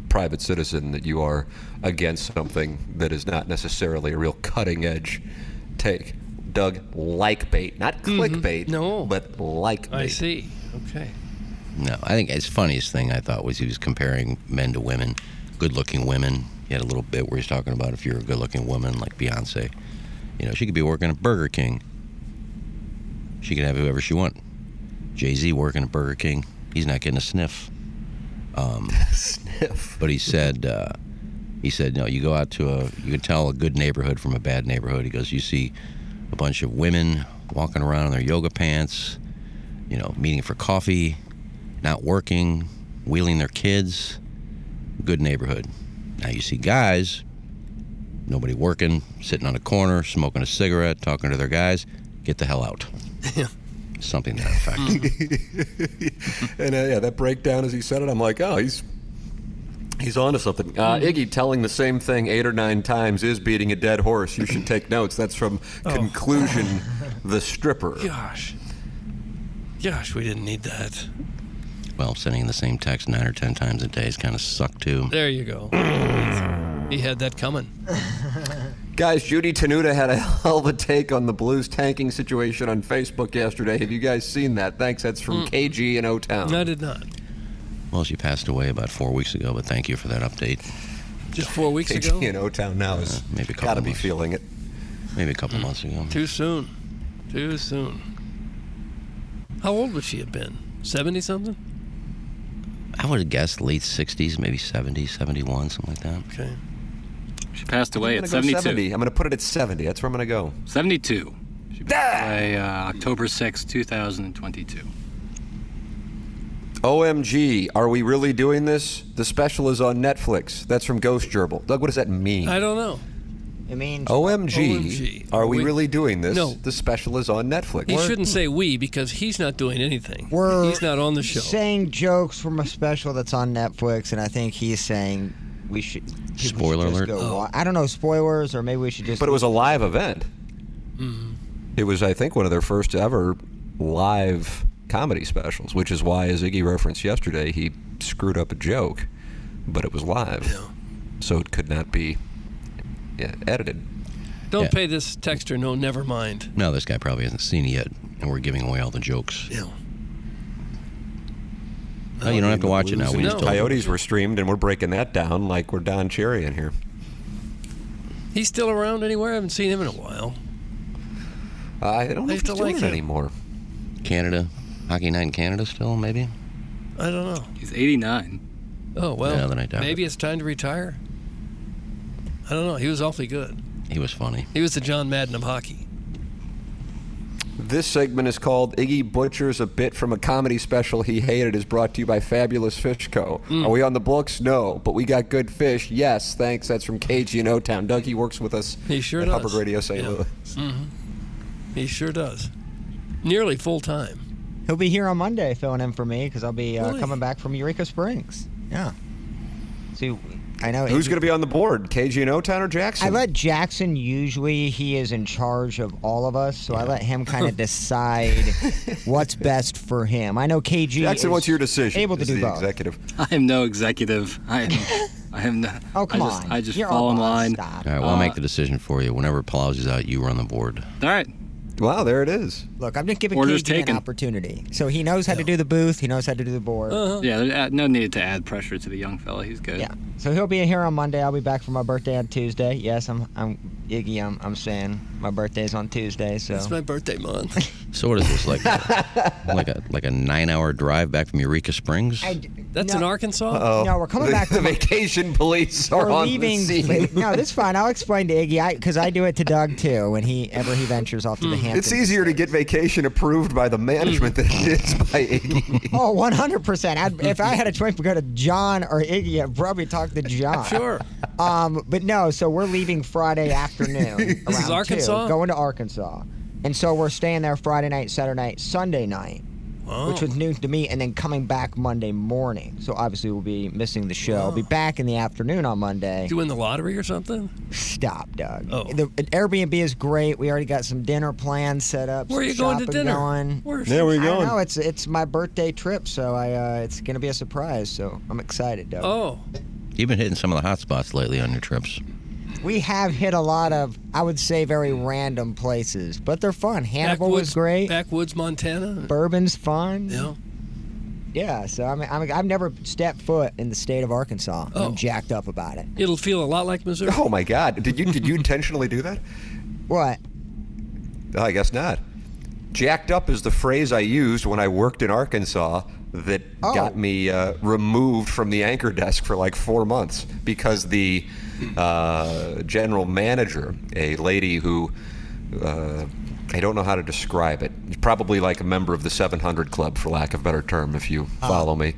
Speaker 3: private citizen that you are against something that is not necessarily a real cutting edge take. Doug, like bait, not clickbait, no, but like bait.
Speaker 4: Mm-hmm. I see. Okay.
Speaker 5: No, I think his funniest thing I thought was he was comparing men to women, good-looking women. He had a little bit where he's talking about if you're a good-looking woman like Beyonce, you know, she could be working at Burger King. She could have whoever she want. Jay Z working at Burger King, he's not getting a sniff. Um,
Speaker 3: Sniff.
Speaker 5: but he said, uh, he said, no, you go out to a, you can tell a good neighborhood from a bad neighborhood. He goes, you see a bunch of women walking around in their yoga pants, you know, meeting for coffee, not working, wheeling their kids. Good neighborhood. Now you see guys, nobody working, sitting on a corner, smoking a cigarette, talking to their guys. Get the hell out. Something to that effect.
Speaker 3: and uh, yeah, that breakdown as he said it, I'm like, oh, he's he's onto something. Uh,
Speaker 5: Mm-hmm.
Speaker 3: Iggy telling the same thing eight or nine times is beating a dead horse. You should take notes. That's from
Speaker 5: Oh.
Speaker 3: conclusion, the stripper.
Speaker 4: Gosh. Gosh, we didn't need that.
Speaker 5: well, sending the same text nine or ten times a day is kind of suck too.
Speaker 4: There you go. he had that coming.
Speaker 3: Guys, Judy Tenuta had a hell of a take on the Blues tanking situation on Facebook yesterday. Have you guys seen that? Thanks. That's from
Speaker 5: Mm.
Speaker 3: KG in O Town.
Speaker 4: I did not.
Speaker 5: Well, she passed away about four weeks ago, but thank you for that update.
Speaker 4: Just four weeks ago.
Speaker 3: KG in O Town now is
Speaker 5: Uh, Maybe a couple
Speaker 3: gotta be
Speaker 5: months,
Speaker 3: feeling it.
Speaker 5: maybe a couple months ago.
Speaker 4: Too soon. Too soon. How old would she have been? 70 something?
Speaker 5: I would have guessed late 60s, maybe 70, 71, something like that.
Speaker 4: Okay.
Speaker 8: She passed away
Speaker 3: I'm
Speaker 8: at
Speaker 3: gonna go
Speaker 8: 72.
Speaker 3: 70. I'm gonna put it at 70. That's where I'm gonna go.
Speaker 8: 72. She passed away uh, October 6, 2022.
Speaker 3: OMG, are we really doing this? The special is on Netflix. That's from Ghost Gerbil. Doug, what does that mean?
Speaker 4: I don't know.
Speaker 6: It means
Speaker 3: OMG,
Speaker 4: OMG.
Speaker 3: are we,
Speaker 4: We-
Speaker 3: really doing this?
Speaker 4: No.
Speaker 3: The special is on Netflix.
Speaker 4: He shouldn't say we because he's not doing anything.
Speaker 6: we're
Speaker 4: he's not on the show.
Speaker 6: saying jokes from a special that's on Netflix, and I think he's saying we should. people should
Speaker 5: Spoiler
Speaker 6: just
Speaker 5: alert.
Speaker 6: go
Speaker 4: Oh.
Speaker 6: wa- I don't know spoilers, or maybe we should just.
Speaker 3: But it was a live event.
Speaker 4: Mm-hmm.
Speaker 3: It was, I think, one of their first ever live comedy specials, which is why, as Iggy referenced yesterday, he screwed up a joke, but it was live. So it could not be yeah, edited.
Speaker 4: Don't
Speaker 5: Yeah.
Speaker 4: pay this texter no never mind.
Speaker 5: No, this guy probably hasn't seen it yet, and we're giving away all the jokes.
Speaker 4: Yeah.
Speaker 5: No, you don't have to watch it now. We
Speaker 4: No.
Speaker 5: just told you.
Speaker 3: Coyotes were streamed, and we're breaking that down like we're Don Cherry in here.
Speaker 4: He's still around anywhere? I haven't seen him in a while.
Speaker 3: Uh, I don't know
Speaker 4: I
Speaker 3: if
Speaker 4: still
Speaker 3: he's doing
Speaker 4: like
Speaker 3: it
Speaker 4: him.
Speaker 3: anymore.
Speaker 5: Canada, Hockey Night in Canada still, maybe?
Speaker 4: I don't know.
Speaker 8: He's 89.
Speaker 4: Oh, well.
Speaker 5: Yeah, then I doubt
Speaker 4: maybe it's time to retire. I don't know. He was awfully good.
Speaker 5: He was funny.
Speaker 4: He was the John Madden of hockey.
Speaker 3: This segment is called Iggy Butcher's A Bit from a Comedy Special He Hated is brought to you by Fabulous Fish Co.
Speaker 4: Mm.
Speaker 3: Are we on the books? No. But we got good fish? Yes. Thanks. That's from KG in O Town. Doug, he works with us
Speaker 4: He sure
Speaker 3: at
Speaker 4: does.
Speaker 3: Hubbard Radio St.
Speaker 4: Yeah.
Speaker 3: Louis.
Speaker 4: He sure does. Nearly full time.
Speaker 6: He'll be here on Monday filling in for me because I'll be uh,
Speaker 4: Really?
Speaker 6: coming back from Eureka Springs. Yeah. See, I know.
Speaker 3: Who's going to be on the board? KG in O Town or Jackson?
Speaker 6: I let Jackson usually he is in charge of all of us, so I let him kind of decide what's best for him. I know KG.
Speaker 3: Jackson,
Speaker 6: is
Speaker 3: what's your decision?
Speaker 6: Able to
Speaker 3: as
Speaker 6: do
Speaker 3: the
Speaker 6: both.
Speaker 3: executive.
Speaker 8: I am no executive. I am. I am no.
Speaker 6: Oh come
Speaker 8: I just,
Speaker 6: on!
Speaker 8: I just
Speaker 6: You're
Speaker 8: fall
Speaker 6: our
Speaker 8: in
Speaker 6: boss.
Speaker 8: line.
Speaker 6: Stop.
Speaker 5: All right, well, I'll
Speaker 6: Uh,
Speaker 5: make the decision for you. Whenever Palazzi's out, you run the board.
Speaker 8: All right.
Speaker 3: Wow, there it is.
Speaker 6: Look, I'm just giving
Speaker 8: Order's
Speaker 6: KG
Speaker 8: taken.
Speaker 6: an opportunity. So he knows how to do the booth. He knows how to do the board.
Speaker 4: Oh. Uh-huh.
Speaker 8: Yeah, there's, uh, no need to add pressure to the young fella. He's good.
Speaker 6: Yeah. So he'll be here on Monday. I'll be back for my birthday on Tuesday. Yes, I'm. I'm Iggy. I'm. I'm saying my birthday's on Tuesday. So
Speaker 4: It's my birthday month.
Speaker 5: So what is this, like a, like a, like a nine-hour drive back from Eureka Springs?
Speaker 6: I d-
Speaker 4: That's
Speaker 6: no,
Speaker 4: in Arkansas?
Speaker 6: No, we're coming back
Speaker 3: Oh, The
Speaker 6: to my-
Speaker 3: vacation police are
Speaker 6: We're
Speaker 3: on
Speaker 6: leaving.
Speaker 3: the scene.
Speaker 6: no, this is fine. I'll explain to Iggy because I, do it to Doug too when he ever he ventures off to the Hamptons.
Speaker 3: It's easier to get vacation approved by the
Speaker 4: Mm.
Speaker 3: management than it is by Iggy.
Speaker 6: Oh, 100%. I'd, if I had a choice, we go to John or Iggy, I'd probably talk to John.
Speaker 4: Sure.
Speaker 6: Um, but no, so we're leaving Friday afternoon.
Speaker 4: This is
Speaker 6: around two,
Speaker 4: Arkansas?
Speaker 6: going to Arkansas. And so we're staying there Friday night, Saturday night, Sunday night.
Speaker 4: Oh.
Speaker 6: which was news to me, and then coming back Monday morning. So obviously we'll be missing the show. I'll be back in the afternoon on Monday.
Speaker 4: Do you win the lottery or something?
Speaker 6: Stop, Doug.
Speaker 4: Oh.
Speaker 6: The Airbnb is great. We already got some dinner plans set up.
Speaker 4: Where are you
Speaker 6: some
Speaker 4: going to
Speaker 6: shopping
Speaker 4: dinner?
Speaker 6: Going.
Speaker 4: Where's
Speaker 9: There we
Speaker 6: I
Speaker 9: go.
Speaker 6: don't know. It's it's my birthday trip, so I uh, it's gonna be a surprise. So I'm excited, Doug.
Speaker 4: Oh,
Speaker 5: You've been hitting some of the hot spots lately on your trips.
Speaker 6: We have hit a lot of, I would say, very random places, but they're fun. Hannibal was
Speaker 4: backwoods,
Speaker 6: great.
Speaker 4: Backwoods, Montana.
Speaker 6: Bourbon's fun.
Speaker 4: Yeah.
Speaker 6: Yeah, so I mean, I mean, I've never stepped foot in the state of Arkansas. and
Speaker 4: Oh.
Speaker 6: I'm jacked up about it.
Speaker 4: It'll feel a lot like Missouri.
Speaker 3: Oh my God! Did you did you intentionally do that? Uh,
Speaker 6: What?
Speaker 3: I guess not. Jacked up is the phrase I used when I worked in Arkansas that
Speaker 6: Oh.
Speaker 3: got me uh, removed from the anchor desk for like four months because the uh, general manager, a lady who uh, I don't know how to describe it, probably like a member of the 700 Club, for lack of a better term, if you follow me,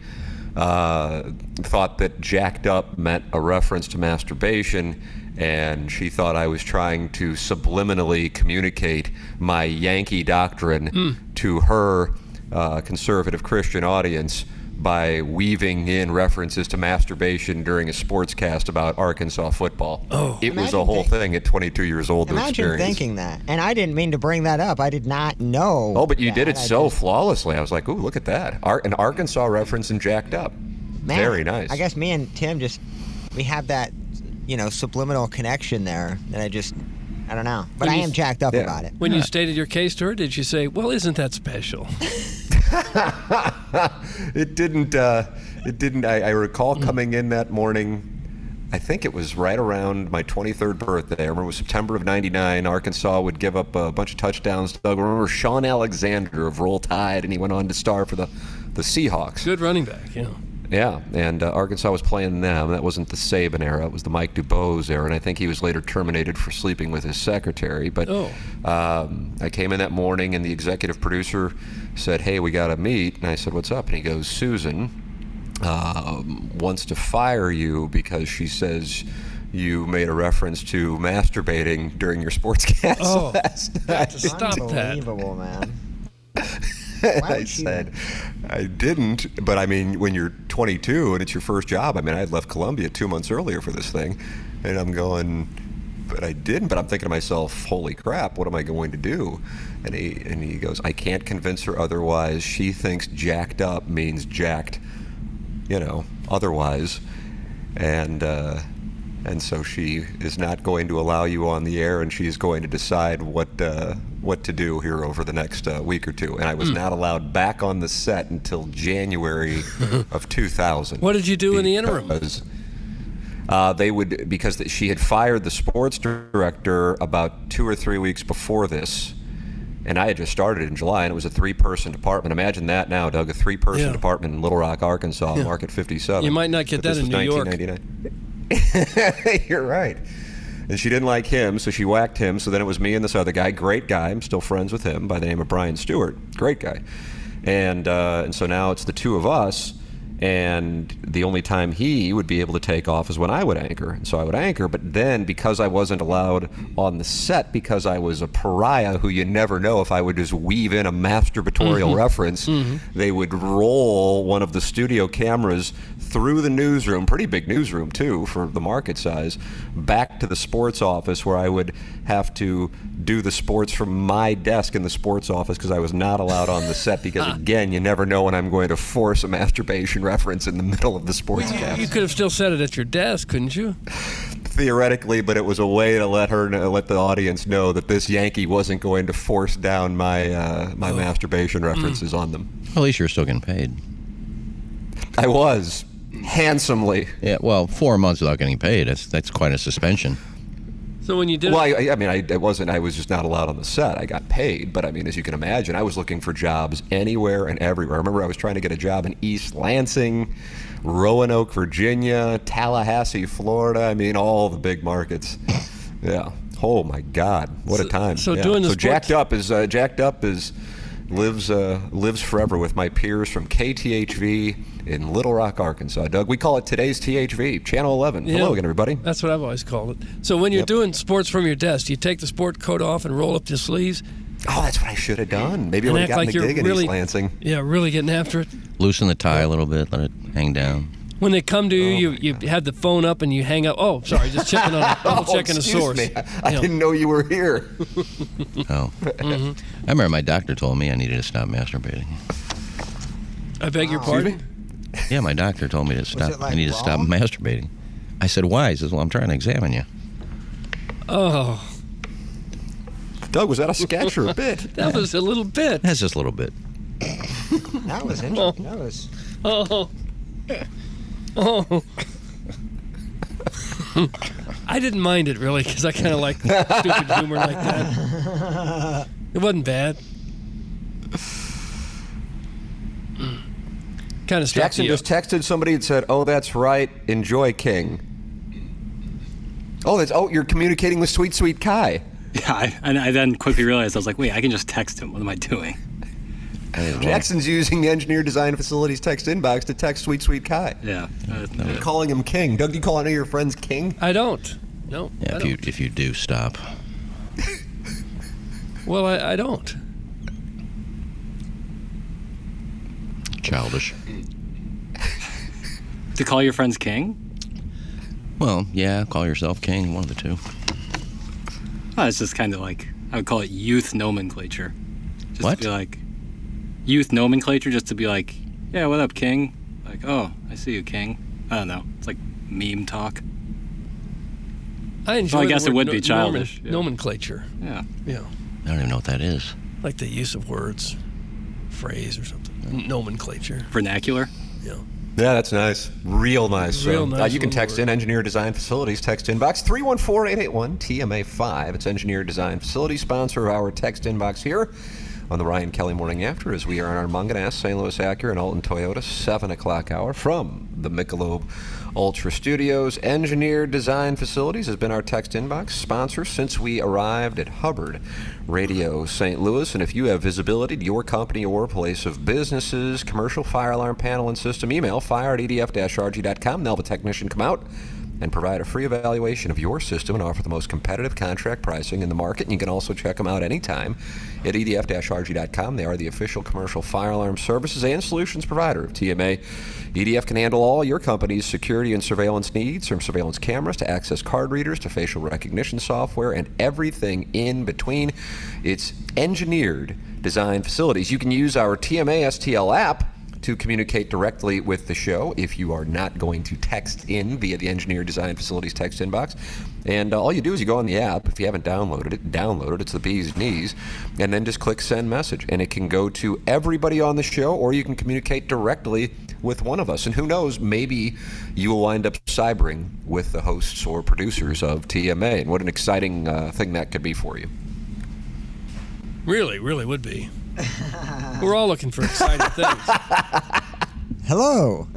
Speaker 3: uh, thought that jacked up meant a reference to masturbation, and she thought I was trying to subliminally communicate my Yankee doctrine to her uh, conservative Christian audience by weaving in references to masturbation during a sports cast about Arkansas football. Oh. It was a
Speaker 6: Imagine
Speaker 3: whole
Speaker 6: think-
Speaker 3: thing at 22 years old to
Speaker 6: Imagine
Speaker 3: experience.
Speaker 6: thinking that. And I didn't mean to bring that up. I did not know.
Speaker 3: Oh, but you did
Speaker 6: that.
Speaker 3: it
Speaker 6: I
Speaker 3: so
Speaker 6: just-
Speaker 3: flawlessly. I was like, "Ooh, look at that! Ar- an Arkansas reference and jacked up.
Speaker 6: Man,
Speaker 3: Very nice."
Speaker 6: I guess me and Tim just, we have that, you know, subliminal connection there that I just, I don't know. But I am jacked up
Speaker 3: Yeah.
Speaker 6: about it.
Speaker 4: When you stated your case to her, did she say, "Well, isn't that special"?
Speaker 3: it didn't. Uh, it didn't. I, I recall coming in that morning. I think it was right around my 23rd birthday. I remember it was September of '99. Arkansas would give up a bunch of touchdowns. Doug, I remember Sean Alexander of Roll Tide, and he went on to star for the the Seahawks.
Speaker 4: Good running back. Yeah.
Speaker 3: Yeah, and uh, Arkansas was playing them. That wasn't the Saban era; it was the Mike Dubose era, and I think he was later terminated for sleeping with his secretary. But
Speaker 4: Oh.
Speaker 3: um, I came in that morning, and the executive producer said, "Hey, we got to meet." And I said, "What's up?" And he goes, "Susan um, wants to fire you because she says." You made a reference to masturbating during your sportscast
Speaker 4: Oh,
Speaker 3: last night.
Speaker 4: Stop that.
Speaker 6: Unbelievable, man. Why
Speaker 3: I
Speaker 6: would she
Speaker 3: said, I didn't, but I mean, when you're 22 and it's your first job, I mean, I had left Columbia two months earlier for this thing, and I'm going, but I didn't. But I'm thinking to myself, holy crap, what am I going to do? And he and he goes, I can't convince her otherwise. She thinks jacked up means jacked, you know, otherwise, and. uh and so she is not going to allow you on the air, and she's going to decide what uh, what to do here over the next uh, week or two. And I was
Speaker 4: Hmm.
Speaker 3: not allowed back on the set until January of 2000.
Speaker 4: What did you do in the interim?
Speaker 3: Because, Uh, they would because th- she had fired the sports director about two or three weeks before this, and I had just started in July, and it was a three-person department. Imagine that now, Doug, a three-person
Speaker 4: Yeah.
Speaker 3: department in Little Rock, Arkansas, Market 57.
Speaker 4: You might not get
Speaker 3: But this
Speaker 4: that in
Speaker 3: was
Speaker 4: New York.
Speaker 3: 1999. You're right. And she didn't like him, so she whacked him. So then it was me and this other guy, great guy. I'm still friends with him by the name of Brian Stewart, great guy. And uh, and so now it's the two of us. And the only time he would be able to take off is when I would anchor. And so I would anchor, but then because I wasn't allowed on the set because I was a pariah who you never know if I would just weave in a masturbatorial reference, they would roll one of the studio cameras through the newsroom, pretty big newsroom too for the market size, back to the sports office where I would have to do the sports from my desk in the sports office because I was not allowed on the set because again, you never know when I'm going to force a masturbation reference in the middle of the sports cast
Speaker 4: You could have still said it at your desk, couldn't you?
Speaker 3: theoretically, but it was a way to let her kn- let the audience know that this Yankee wasn't going to force down my uh, my masturbation references on them.
Speaker 5: At least you're still getting paid.
Speaker 3: I was handsomely.
Speaker 5: Yeah, well, four months without getting paid, that's, that's quite a suspension.
Speaker 4: So when you did,
Speaker 3: Well,
Speaker 4: it,
Speaker 3: I, I mean, I, I wasn't. I was just not allowed on the set. I got paid, but I mean, as you can imagine, I was looking for jobs anywhere and everywhere. I remember I was trying to get a job in East Lansing, Roanoke, Virginia, Tallahassee, Florida. I mean, all the big markets. Yeah. Oh my God, what a time.
Speaker 4: so
Speaker 3: Yeah.
Speaker 4: doing the
Speaker 3: so
Speaker 4: sports-
Speaker 3: jacked up is uh, jacked up is lives uh, lives forever with my peers from KTHV in Little Rock, Arkansas. Doug, we call it today's THV, Channel 11.
Speaker 4: Yeah. Uh,
Speaker 3: Hello again, everybody.
Speaker 4: that's what I've always called it. So when you're doing sports from your desk, you take the sport coat off and roll up the sleeves,
Speaker 3: Oh, that's what I should have done. Maybe I
Speaker 4: And
Speaker 3: would have
Speaker 4: act
Speaker 3: gotten
Speaker 4: like
Speaker 3: a
Speaker 4: you're
Speaker 3: gig in
Speaker 4: really-
Speaker 3: East Lansing.
Speaker 4: Yeah, really getting after it.
Speaker 5: Loosen the tie a little bit, let it hang down.
Speaker 4: When they come to
Speaker 3: Oh,
Speaker 4: you, you, you have the phone up and you hang up. Oh, sorry, just checking on, double
Speaker 3: Oh,
Speaker 4: checking the
Speaker 3: excuse
Speaker 4: source.
Speaker 3: me. I
Speaker 4: Yeah.
Speaker 3: didn't know you were here.
Speaker 5: Oh.
Speaker 6: Mm-hmm.
Speaker 5: I remember my doctor told me I needed to stop masturbating.
Speaker 4: I beg your pardon.
Speaker 5: Yeah, my doctor told me to stop.
Speaker 6: it, like,
Speaker 5: I need to stop
Speaker 6: wrong?
Speaker 5: masturbating. I said, why? He says, well, I'm trying to examine you.
Speaker 4: Oh,
Speaker 10: Doug, was that a sketch or a bit?
Speaker 4: that was a little bit.
Speaker 5: That's just a little bit.
Speaker 6: That was interesting. That was.
Speaker 4: Oh. Oh. I didn't mind it really because I kind of like stupid humor like that. It wasn't bad. Kind of stuck
Speaker 3: Jackson
Speaker 4: to you.
Speaker 3: just texted somebody and said, "Oh, that's right. Enjoy King." Oh, that's oh, you're communicating with sweet, sweet Kai.
Speaker 2: Yeah, I, and I then quickly realized I was like, wait, I can just text him. What am I doing?
Speaker 3: Jackson's using the engineer design facilities text inbox to text sweet, sweet Kai.
Speaker 2: Yeah. Uh,
Speaker 3: Calling him King. Doug, do you call any of your friends King?
Speaker 4: I don't. No.
Speaker 5: Yeah,
Speaker 4: I
Speaker 5: if you,
Speaker 4: don't.
Speaker 5: if you do stop.
Speaker 4: Well, I, I don't.
Speaker 5: Childish.
Speaker 2: to call your friends king?
Speaker 5: Well, yeah, call yourself king, one of the two.
Speaker 2: Oh, it's just kind of like, I would call it youth nomenclature. Just
Speaker 5: What?
Speaker 2: to be like, youth nomenclature, just to be like, yeah, what up, king? Like, oh, I see you, king. I don't know. It's like meme talk.
Speaker 4: I enjoy.
Speaker 2: I
Speaker 4: the
Speaker 2: guess it
Speaker 4: word
Speaker 2: would be
Speaker 4: no-
Speaker 2: childish,
Speaker 4: norman-
Speaker 2: yeah.
Speaker 4: Nomenclature.
Speaker 2: Yeah.
Speaker 4: Yeah.
Speaker 5: I don't even know what that is.
Speaker 4: Like the use of words, phrase or something. Nomenclature.
Speaker 2: Vernacular.
Speaker 4: Yeah.
Speaker 3: Yeah, that's nice. Real nice.
Speaker 4: Real
Speaker 3: So, uh,
Speaker 4: nice
Speaker 3: you can
Speaker 4: little
Speaker 3: text
Speaker 4: word.
Speaker 3: in Engineer Design Facilities, text inbox 314 881 TMA5. It's Engineer Design Facilities, sponsor of our text inbox here on the Ryan Kelly Morning After as we are on our Munganass, St. Louis Acura, and Alton Toyota, 7 o'clock hour from the Michelob Ultra Studios. Engineer Design Facilities has been our text inbox sponsor since we arrived at Hubbard Radio St. Louis. And if you have visibility to your company or place of businesses, commercial fire alarm panel and system, email fire at E edf-rg.com. They'll have a technician come out and provide a free evaluation of your system and offer the most competitive contract pricing in the market. And you can also check them out anytime at E edf-rg.com. They are the official commercial fire alarm services and solutions provider of TMA. EDF E can handle all your company's security and surveillance needs, from surveillance cameras to access card readers to facial recognition software and everything in between. It's engineered design facilities. You can use our TMA STL app to communicate directly with the show if you are not going to text in via the Engineer Design Facilities text inbox. And uh, all you do is you go on the app. If you haven't downloaded it, download it. It's the bee's knees. And then just click send message. And it can go to everybody on the show, or you can communicate directly with one of us. And who knows, maybe you will wind up cybering with the hosts or producers of TMA. And what an exciting uh, thing that could be for you.
Speaker 4: Really, really would be. We're all looking for exciting things.
Speaker 6: Hello.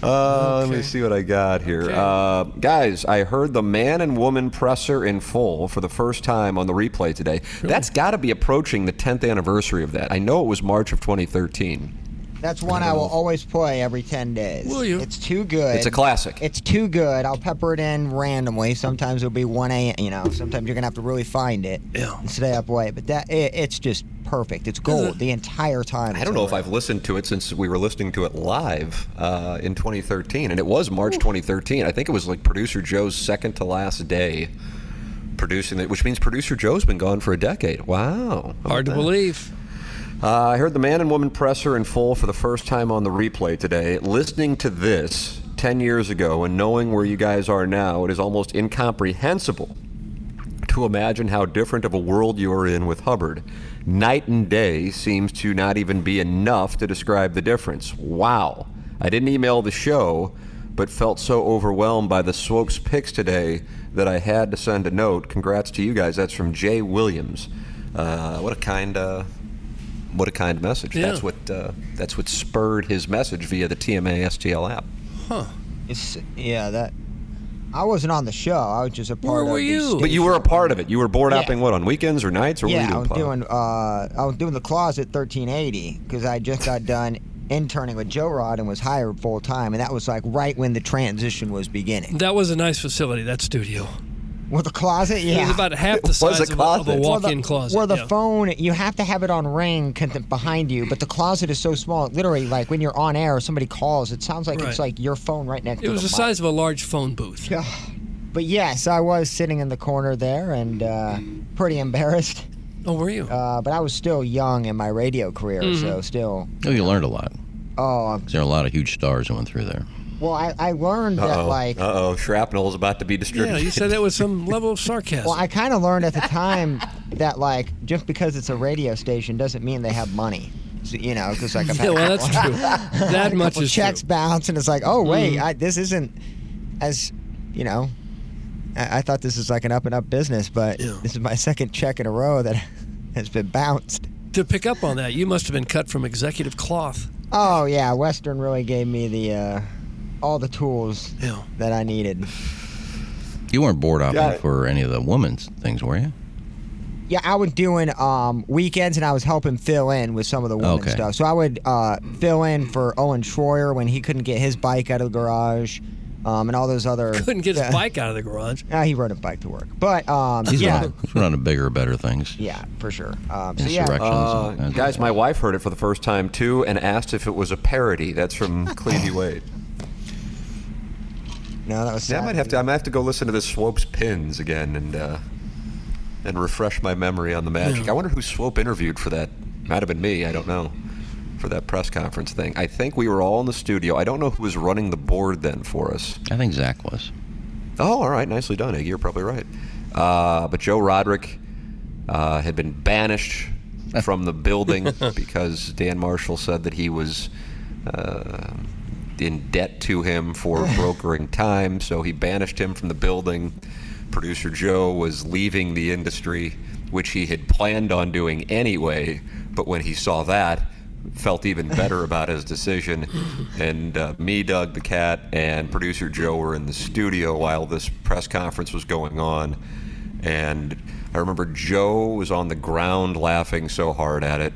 Speaker 3: Uh, Let me see what I got here. Uh, guys, I heard the man and woman presser in full for the first time on the replay today. That's got to be approaching the 10th anniversary of that. I know it was March of 2013.
Speaker 6: That's one I will always play every 10 days.
Speaker 4: Will you?
Speaker 6: It's too good.
Speaker 3: It's a classic.
Speaker 6: It's too good. I'll pepper it in randomly. Sometimes it'll be 1 a.m. You know, sometimes you're going to have to really find it
Speaker 4: Yeah.
Speaker 6: and stay up late. But that it, it's just perfect. It's gold the entire time.
Speaker 3: I
Speaker 6: it's
Speaker 3: don't know if
Speaker 6: over.
Speaker 3: I've listened to it since we were listening to it live uh, in 2013, and it was March 2013. I think it was like producer Joe's second to last day producing it, which means producer Joe's been gone for a decade. Wow. How
Speaker 4: Hard to
Speaker 3: about that?
Speaker 4: believe.
Speaker 3: Uh, I heard the man and woman presser in full for the first time on the replay today. Listening to this 10 years ago and knowing where you guys are now, it is almost incomprehensible to imagine how different of a world you are in with Hubbard. Night and day seems to not even be enough to describe the difference. Wow. I didn't email the show, but felt so overwhelmed by the Swokes picks today that I had to send a note. Congrats to you guys. That's from Jay Williams. Uh, what a kind uh, what a kind message.
Speaker 4: Yeah.
Speaker 3: That's what uh, that's what spurred his message via the TMA STL app.
Speaker 6: It's, yeah, that. I wasn't on the show. I was just a part of
Speaker 4: were
Speaker 6: the
Speaker 4: you?
Speaker 6: sta-
Speaker 3: But you were a part of it. You were board
Speaker 6: Yeah.
Speaker 3: apping what on weekends or nights or
Speaker 6: Yeah, I
Speaker 3: what
Speaker 6: was
Speaker 3: were you doing?
Speaker 6: doing. Uh, I was doing the closet 1380 because I just got done interning with Joe Rod and was hired full time, and that was like right when the transition was beginning.
Speaker 4: That was a nice facility, that studio.
Speaker 6: Well, the closet,
Speaker 4: It
Speaker 6: yeah.
Speaker 4: was about half the size of a, of a
Speaker 6: Well,
Speaker 4: walk-in
Speaker 6: the,
Speaker 4: closet.
Speaker 6: Well, the
Speaker 4: yeah.
Speaker 6: phone, you have to have it on ring con- behind you, but the closet is so small. it Literally, like when you're on air, or somebody calls, it sounds like
Speaker 4: Right.
Speaker 6: it's like your phone right next
Speaker 4: It
Speaker 6: to
Speaker 4: was the
Speaker 6: the mic.
Speaker 4: size of a large phone booth.
Speaker 6: Yeah. But yes, I was sitting in the corner there and uh, pretty embarrassed.
Speaker 4: Oh, were you?
Speaker 6: Uh, but I was still young in my radio career,
Speaker 4: Mm-hmm.
Speaker 6: so still.
Speaker 5: Oh, you learned a lot.
Speaker 6: Oh,
Speaker 5: 'Cause There are a lot of huge stars that went through there.
Speaker 6: well, I, I learned that, like,
Speaker 11: Uh oh, shrapnel is about to be distributed.
Speaker 4: yeah, you said that with some level of sarcasm.
Speaker 6: well, I kind of learned at the time that, like, just because it's a radio station doesn't mean they have money. So, you know, because, like, I've had
Speaker 4: yeah,
Speaker 6: a
Speaker 4: well, that's
Speaker 6: couple-
Speaker 4: true.
Speaker 6: I had
Speaker 4: That
Speaker 6: a
Speaker 4: much
Speaker 6: couple
Speaker 4: is
Speaker 6: checks
Speaker 4: true. Mm.
Speaker 6: bounce, and it's like, oh wait, I, this isn't as you know. I, I thought this was like an up and up business, but
Speaker 4: Yeah.
Speaker 6: this is my second check in a row that has been bounced.
Speaker 4: To pick up on that, you must have been cut from executive cloth.
Speaker 6: Oh yeah, Western really gave me the uh, all the tools
Speaker 4: Yeah.
Speaker 6: that I needed.
Speaker 5: You weren't board hopping
Speaker 11: Yeah.
Speaker 5: for any of the women's things, were you?
Speaker 6: Yeah, I was doing um, weekends, and I was helping fill in with some of the women
Speaker 5: Okay.
Speaker 6: stuff. So I would uh, fill in for Owen Schroyer when he couldn't get his bike out of the garage, um, and all those other
Speaker 4: Couldn't get
Speaker 6: Yeah.
Speaker 4: his bike out of the garage.
Speaker 6: Ah, he rode a bike to work, but um,
Speaker 5: He's
Speaker 6: yeah,
Speaker 5: on, he's on to bigger, better things.
Speaker 6: Yeah, for sure. Um, so yeah,
Speaker 5: Insurrections.
Speaker 3: Uh,
Speaker 5: and-
Speaker 3: guys, my wife heard it for the first time too and asked if it was a parody. That's from Clevey Wade.
Speaker 6: no, that was.
Speaker 3: Yeah, I might have to. I might have to go listen to the Swope's pins again and uh, and refresh my memory on the magic. I wonder who Swope interviewed for that. Might have been me. I don't know. For that press conference thing, I think we were all in the studio. I don't know who was running the board then for us.
Speaker 5: I think Zach was.
Speaker 3: Oh, all right, nicely done, Iggy. You're probably right. Uh, but Joe Roderick uh, had been banished from the building because Dan Marshall said that he was uh, in debt to him for brokering time, so he banished him from the building. Producer Joe was leaving the industry, which he had planned on doing anyway, but when he saw that, felt even better about his decision. And uh, me, Doug the Cat, and producer Joe were in the studio while this press conference was going on. And I remember Joe was on the ground laughing so hard at it.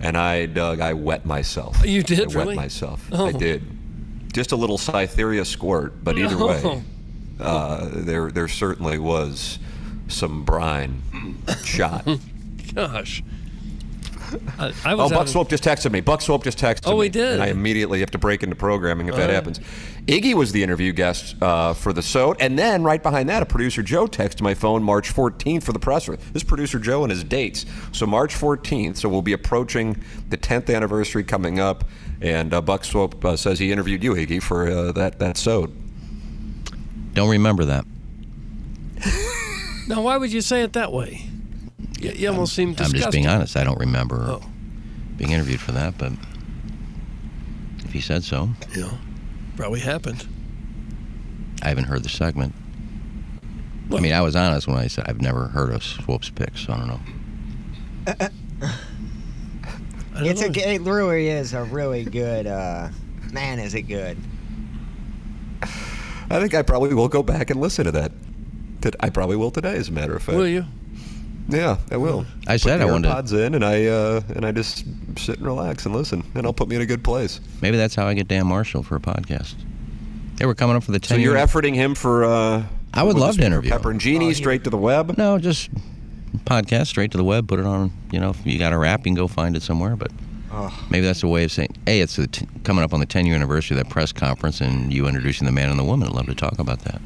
Speaker 3: And I, Doug, I wet myself.
Speaker 4: You did,
Speaker 3: I
Speaker 4: really? Oh.
Speaker 3: wet myself. I did. Just a little Cytherea squirt, but either way, uh, there there certainly was some brine shot.
Speaker 4: Gosh. I, I
Speaker 3: Oh,
Speaker 4: was
Speaker 3: Buck
Speaker 4: out of,
Speaker 3: Swope just texted me. Buck Swope just texted me.
Speaker 4: Oh, he did. Oh.
Speaker 3: And I immediately have to break into programming if that happens. Iggy was the interview guest uh, for the SOT. And then right behind that, a producer Joe texted my phone March 14th for the presser. This is producer Joe and his dates. So March 14th. So we'll be approaching the 10th anniversary coming up. And uh, Buck Swope uh, says he interviewed you, Iggy, for uh, that, that SOT.
Speaker 5: Don't remember that.
Speaker 4: now, why would you say it that way? You, you almost seem
Speaker 5: I'm
Speaker 4: disgusted.
Speaker 5: just being honest. I don't remember
Speaker 4: Oh.
Speaker 5: being interviewed for that, but if he said so,
Speaker 4: Yeah. Probably happened.
Speaker 5: I haven't heard the segment. I mean, I was honest when I said I've never heard of Swope's picks. So I don't know.
Speaker 4: I don't
Speaker 6: It's a,
Speaker 4: know.
Speaker 6: g- it really is a really good. Uh, man, is it good?
Speaker 3: I think I probably will go back and listen to that. That I probably will today, as a matter of fact.
Speaker 4: Will you?
Speaker 3: Yeah, I will.
Speaker 5: I said
Speaker 3: put
Speaker 5: I
Speaker 3: the
Speaker 5: wanted to-
Speaker 3: AirPods in, and I uh, and I just sit and relax and listen, and I'll put me in a good place.
Speaker 5: Maybe that's how I get Dan Marshall for a podcast. They were coming up for the
Speaker 3: So
Speaker 5: ten.
Speaker 3: you're
Speaker 5: year-
Speaker 3: efforting him for. Uh,
Speaker 5: I would
Speaker 3: was
Speaker 5: love
Speaker 3: this
Speaker 5: to
Speaker 3: for
Speaker 5: interview
Speaker 3: Pepper
Speaker 5: him.
Speaker 3: and
Speaker 4: Oh,
Speaker 3: Genie straight to the web.
Speaker 5: No, just podcast straight to the web. Put it on. You know, if you got a rap, you can go find it somewhere. But maybe that's a way of saying, hey, it's the t- coming up on the 10 year anniversary of that press conference, and you introducing the man and the woman. I'd love to talk about that.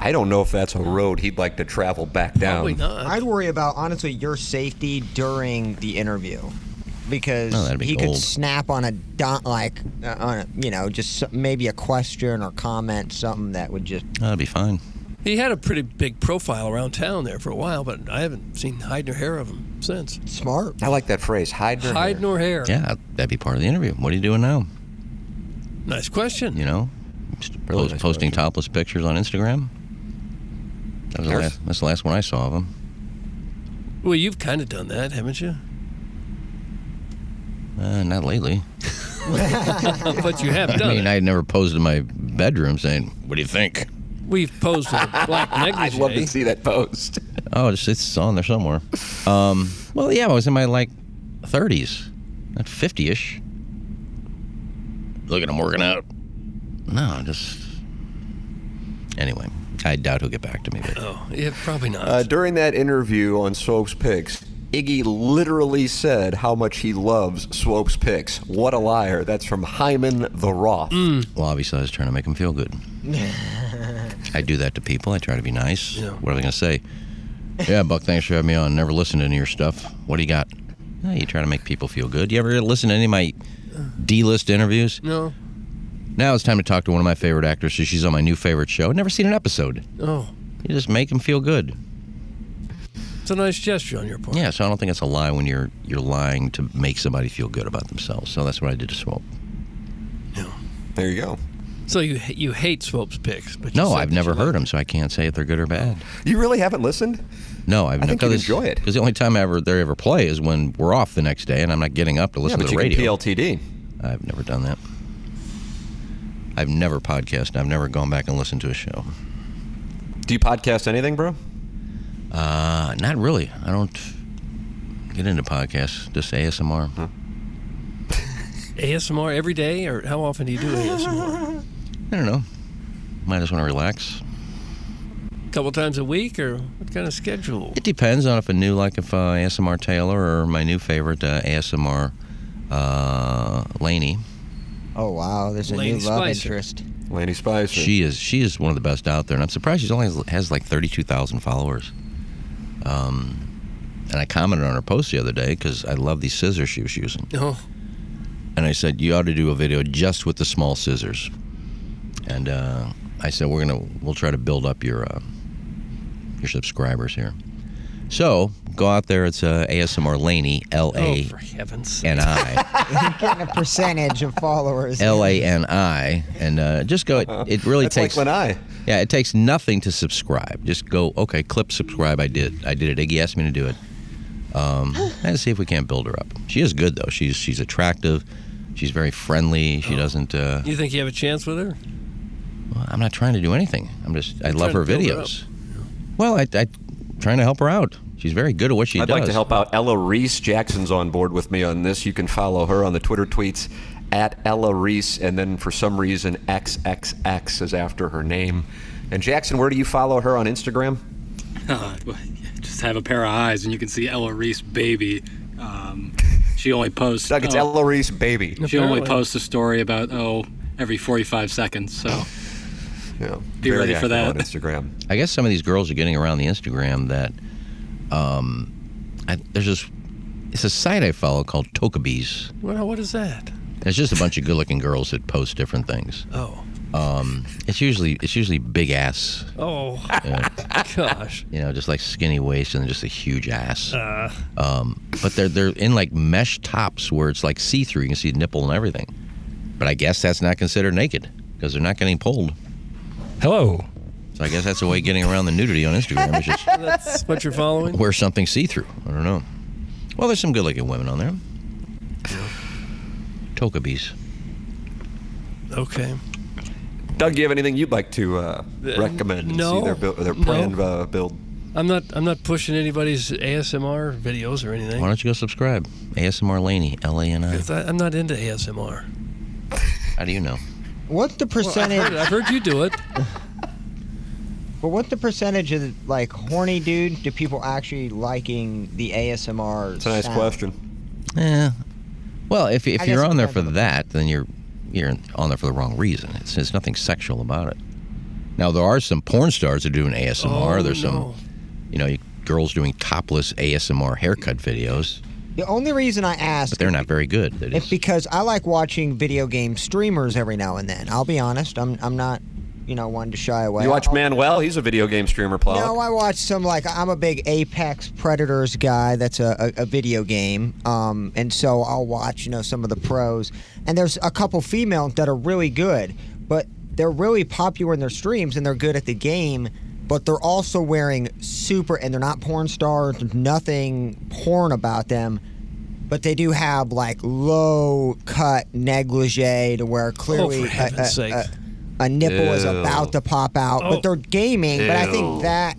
Speaker 3: I don't know if that's a road he'd like to travel back down.
Speaker 5: Um,
Speaker 4: Probably not.
Speaker 6: I'd worry about honestly your safety during the interview because
Speaker 5: Oh, that'd be
Speaker 6: he could
Speaker 5: gold.
Speaker 6: snap on a dot like uh, on a, you know just so- maybe a question or comment something that would just
Speaker 5: That'd be fine.
Speaker 4: He had a pretty big profile around town there for a while, but I haven't seen hide nor hair of him since.
Speaker 6: smart.
Speaker 3: I like that phrase. Hide. your
Speaker 4: Hide
Speaker 3: hair.
Speaker 4: nor hair.
Speaker 5: Yeah, that'd be part of the interview. What are you doing now?
Speaker 4: Nice question.
Speaker 5: You know, Just
Speaker 3: Really
Speaker 5: post-
Speaker 3: nice
Speaker 5: posting
Speaker 3: question.
Speaker 5: topless pictures on Instagram. That was the
Speaker 3: There's-
Speaker 5: last, that's the last one I saw of him.
Speaker 4: Well, you've kind of done that, haven't you?
Speaker 5: Uh, not lately.
Speaker 4: but you have done
Speaker 5: I mean,
Speaker 4: it.
Speaker 5: I had never posed in my bedroom saying, "What do you think?"
Speaker 4: We've posed with a black negligee.
Speaker 3: I'd love to see that post.
Speaker 5: Oh, it's, it's on there somewhere. Um, well, yeah, I was in my like 30s, not 50ish. Look at him working out. No, just anyway, I doubt he'll get back to me. But
Speaker 4: Oh, yeah, probably not.
Speaker 3: Uh, during that interview on Swope's Picks, Iggy literally said how much he loves Swope's Picks. What a liar. That's from Hyman the Roth.
Speaker 4: Mm.
Speaker 5: well, obviously, I was trying to make him feel good. I do that to people. I try to be nice. What are they going to say? Yeah, Buck, thanks for having me on. Never listened to any of your stuff. What do you got? No, you try to make people feel good. You ever listen to any of my D-list interviews?
Speaker 4: no.
Speaker 5: Now it's time to talk to one of my favorite actresses. She's on my new favorite show. Never seen an episode.
Speaker 4: Oh,
Speaker 5: You just make them feel good.
Speaker 4: it's a nice gesture on your part.
Speaker 5: Yeah, so I don't think it's a lie when you're you're lying to make somebody feel good about themselves. So that's what I did to Swope.
Speaker 3: There you go.
Speaker 4: So you you hate Swope's picks, but you
Speaker 5: No,
Speaker 4: said
Speaker 5: I've
Speaker 4: that
Speaker 5: never
Speaker 4: you
Speaker 5: heard
Speaker 4: like-
Speaker 5: them, so I can't say if they're good or bad.
Speaker 3: You really haven't listened?
Speaker 5: No, I've
Speaker 3: I think you'd enjoy it.
Speaker 5: because the only time I ever they ever play is when we're off the next day, and I'm not getting up to listen
Speaker 3: yeah, but
Speaker 5: to the
Speaker 3: you
Speaker 5: radio.
Speaker 3: can PLTD.
Speaker 5: I've never done that. I've never podcasted. I've never gone back and listened to a show.
Speaker 3: Do you podcast anything, bro?
Speaker 5: Uh, not really. I don't get into podcasts. Just ASMR.
Speaker 3: Hmm.
Speaker 4: ASMR every day, or how often do you do ASMR?
Speaker 5: I don't know. Might just want to relax.
Speaker 4: A couple times a week, or what kind of schedule?
Speaker 5: It depends on if a new, like if uh, ASMR Taylor or my new favorite uh, ASMR uh, Laney.
Speaker 6: Oh wow, there's a
Speaker 4: Lane
Speaker 6: new love
Speaker 4: Spicer.
Speaker 6: interest.
Speaker 3: Laney Spicer.
Speaker 5: She is she is one of the best out there, and I'm surprised she's only has, has like 32,000 followers. Um, and I commented on her post the other day because I love these scissors she was using,
Speaker 4: Oh,
Speaker 5: and I said you ought to do a video just with the small scissors. And uh, I said we're gonna we'll try to build up your uh, your subscribers here. So go out there. It's uh, ASMR Laney L
Speaker 4: oh,
Speaker 5: A
Speaker 4: for heavens! sake.
Speaker 5: N I.
Speaker 6: Getting a percentage of followers.
Speaker 5: L A N I, and uh, just go. It, it really
Speaker 3: That's
Speaker 5: takes.
Speaker 3: like when I.
Speaker 5: yeah, it takes nothing to subscribe. Just go. Okay, clip subscribe. I did. I did it. Iggy asked me to do it. Um, let's see if we can't build her up. She is good though. She's she's attractive. She's very friendly.
Speaker 4: Oh.
Speaker 5: She doesn't. Uh,
Speaker 4: You think you have a chance with her?
Speaker 5: well, I'm not trying to do anything. I'm just. I love
Speaker 4: trying
Speaker 5: her
Speaker 4: to build her
Speaker 5: videos. well, I, I trying to help her out. She's very good at what she
Speaker 3: I'd
Speaker 5: does.
Speaker 3: like to help out Ella Reese. Jackson's on board with me on this. You can follow her on the Twitter tweets at Ella Reese, and then for some reason XXX is after her name. And Jackson, where do you follow her on Instagram?
Speaker 8: God, Uh, well, just have a pair of eyes and you can see Ella Reese, baby. Um, she only posts.
Speaker 3: Doug, it's
Speaker 8: oh,
Speaker 3: Ella Reese, baby.
Speaker 8: She only
Speaker 4: Apparently.
Speaker 8: posts a story about oh every 45 seconds. So
Speaker 3: Yeah,
Speaker 8: Be
Speaker 3: very
Speaker 8: ready for
Speaker 3: active
Speaker 8: that.
Speaker 3: on Instagram.
Speaker 5: I guess some of these girls are getting around the Instagram that um, I, there's this it's a site I follow called Tokabees.
Speaker 4: Well, what is that?
Speaker 5: It's just a bunch of good-looking girls that post different things.
Speaker 4: Oh,
Speaker 5: Um, it's usually it's usually big ass,
Speaker 4: oh,
Speaker 5: Yeah.
Speaker 4: gosh. Uh.
Speaker 5: you know, just like skinny waist and just a huge ass. Um, but they're they're in like mesh tops where it's like see-through. You can see nipple and everything. But I guess that's not considered naked because they're not getting pulled.
Speaker 9: Hello.
Speaker 5: So I guess that's a way of getting around the nudity on Instagram. Is just
Speaker 4: That's what you're following?
Speaker 5: wear something see-through. I don't know. Well, there's some good-looking women on there. Tokabees.
Speaker 4: Okay.
Speaker 3: Doug, do you have anything you'd like to uh, recommend?
Speaker 4: no,
Speaker 3: See their, build, their
Speaker 4: no.
Speaker 3: planned uh, build.
Speaker 4: I'm not I'm not pushing anybody's ASMR videos or
Speaker 5: Why
Speaker 4: anything.
Speaker 5: don't you go subscribe? ASMR Laney, L-A-N-I.
Speaker 4: 'Cause I, I'm not into ASMR.
Speaker 5: How do you know?
Speaker 6: What's the percentage?
Speaker 4: I've heard you do it.
Speaker 6: But what's the percentage of like horny dude to people actually liking the ASMR?
Speaker 3: It's a nice question.
Speaker 5: Yeah. Eh. Well, if, if
Speaker 6: I
Speaker 5: you're
Speaker 6: guess
Speaker 5: on there
Speaker 6: it
Speaker 5: for that, then you're you're on there for the wrong reason. It's there's nothing sexual about it. Now there are some porn stars that are doing ASMR.
Speaker 4: Oh,
Speaker 5: there's
Speaker 4: no.
Speaker 5: some, you know, you- girls doing topless ASMR haircut videos,
Speaker 6: The only reason I ask
Speaker 5: but they're not very good. That
Speaker 6: is
Speaker 5: is,
Speaker 6: because I like watching video game streamers every now and then. I'll be honest, I'm I'm not, you know, one to shy away.
Speaker 3: You watch
Speaker 6: I'll-
Speaker 3: Manuel? He's a video game streamer, Plow.
Speaker 6: No, I watch some like I'm a big Apex Predators guy. That's a, a, a video game, um, and so I'll watch you know some of the pros. And there's a couple female that are really good, but they're really popular in their streams and they're good at the game. But they're also wearing super, and they're not porn stars. There's nothing porn about them. But they do have like low cut negligee to where clearly a-
Speaker 4: Oh, heaven's
Speaker 6: a-
Speaker 4: sake.
Speaker 6: a- a nipple is
Speaker 3: Ew.
Speaker 6: about to pop out,
Speaker 4: Oh.
Speaker 6: but they're gaming. But I
Speaker 3: Ew.
Speaker 6: think that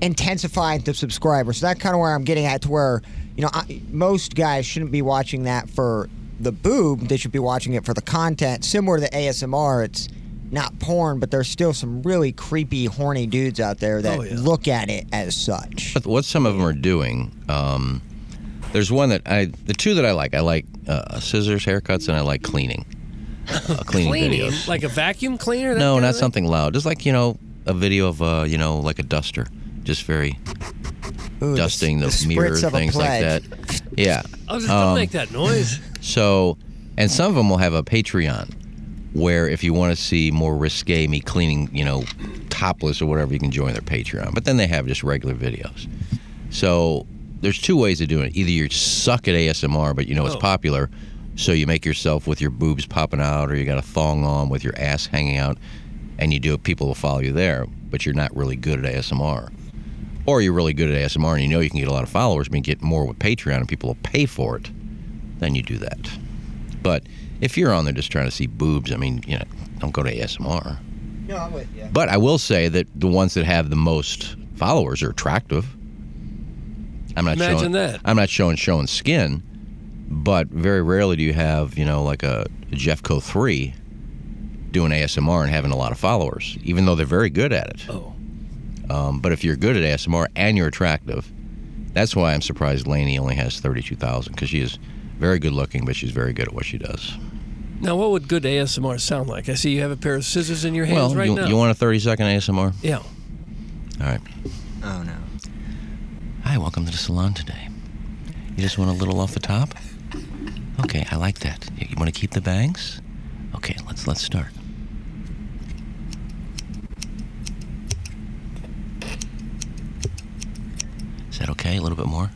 Speaker 6: intensified the subscribers. So that's kind of where I'm getting at, to where you know I, most guys shouldn't be watching that for the boob. They should be watching it for the content. Similar to ASMR, it's not porn, but there's still some really creepy, horny dudes out there
Speaker 4: Oh,
Speaker 6: that look at it as such.
Speaker 5: But what some of them are doing, um, there's one that I, the two that I like, I like uh, scissors, haircuts, and I like cleaning. Uh, cleaning,
Speaker 4: Cleaning,
Speaker 5: videos.
Speaker 4: like a vacuum cleaner. that
Speaker 5: no,
Speaker 4: kind
Speaker 5: not
Speaker 4: of thing?
Speaker 5: something loud. Just like you know, a video of uh, you know, like a duster, just very
Speaker 6: Ooh,
Speaker 5: dusting the,
Speaker 6: the spritz
Speaker 5: mirror,
Speaker 6: of a
Speaker 5: things like that.
Speaker 6: pledge.
Speaker 5: Yeah.
Speaker 4: Oh, just don't
Speaker 5: um,
Speaker 4: make that noise.
Speaker 5: So, and some of them will have a Patreon where if you want to see more risque me cleaning, you know, topless or whatever, you can join their Patreon. But then they have just regular videos. So there's two ways of doing it. Either you suck at ASMR, but you know it's popular, so you make yourself with your boobs popping out, or you got a thong on with your ass hanging out, and you do it. People will follow you there, but you're not really good at ASMR. Or you're really good at ASMR and you know you can get a lot of followers, but you get more with Patreon and people will pay for it then you do that. But if you're on there just trying to see boobs, I mean, you know, don't go to ASMR.
Speaker 6: No, I'm with you.
Speaker 5: But I will say that the ones that have the most followers are attractive. I'm not
Speaker 4: Imagine
Speaker 5: showing,
Speaker 4: that.
Speaker 5: I'm not showing showing skin, but very rarely do you have you know like a Jeffco three doing ASMR and having a lot of followers, even though they're very good at it.
Speaker 4: Oh.
Speaker 5: Um, but if you're good at ASMR and you're attractive, that's why I'm surprised Lainey only has 32,000 because she is very good looking, but she's very good at what she does.
Speaker 4: Now, what would good ASMR sound like? I see you have a pair of scissors in your hands
Speaker 5: well,
Speaker 4: right
Speaker 5: you,
Speaker 4: now.
Speaker 5: you want a 30 second ASMR?
Speaker 4: yeah.
Speaker 5: All right.
Speaker 6: Oh no.
Speaker 5: Hi, welcome to the salon today. You just want a little off the top? Okay, I like that. You want to keep the bangs? Okay, let's let's start. Is that okay? A little bit more?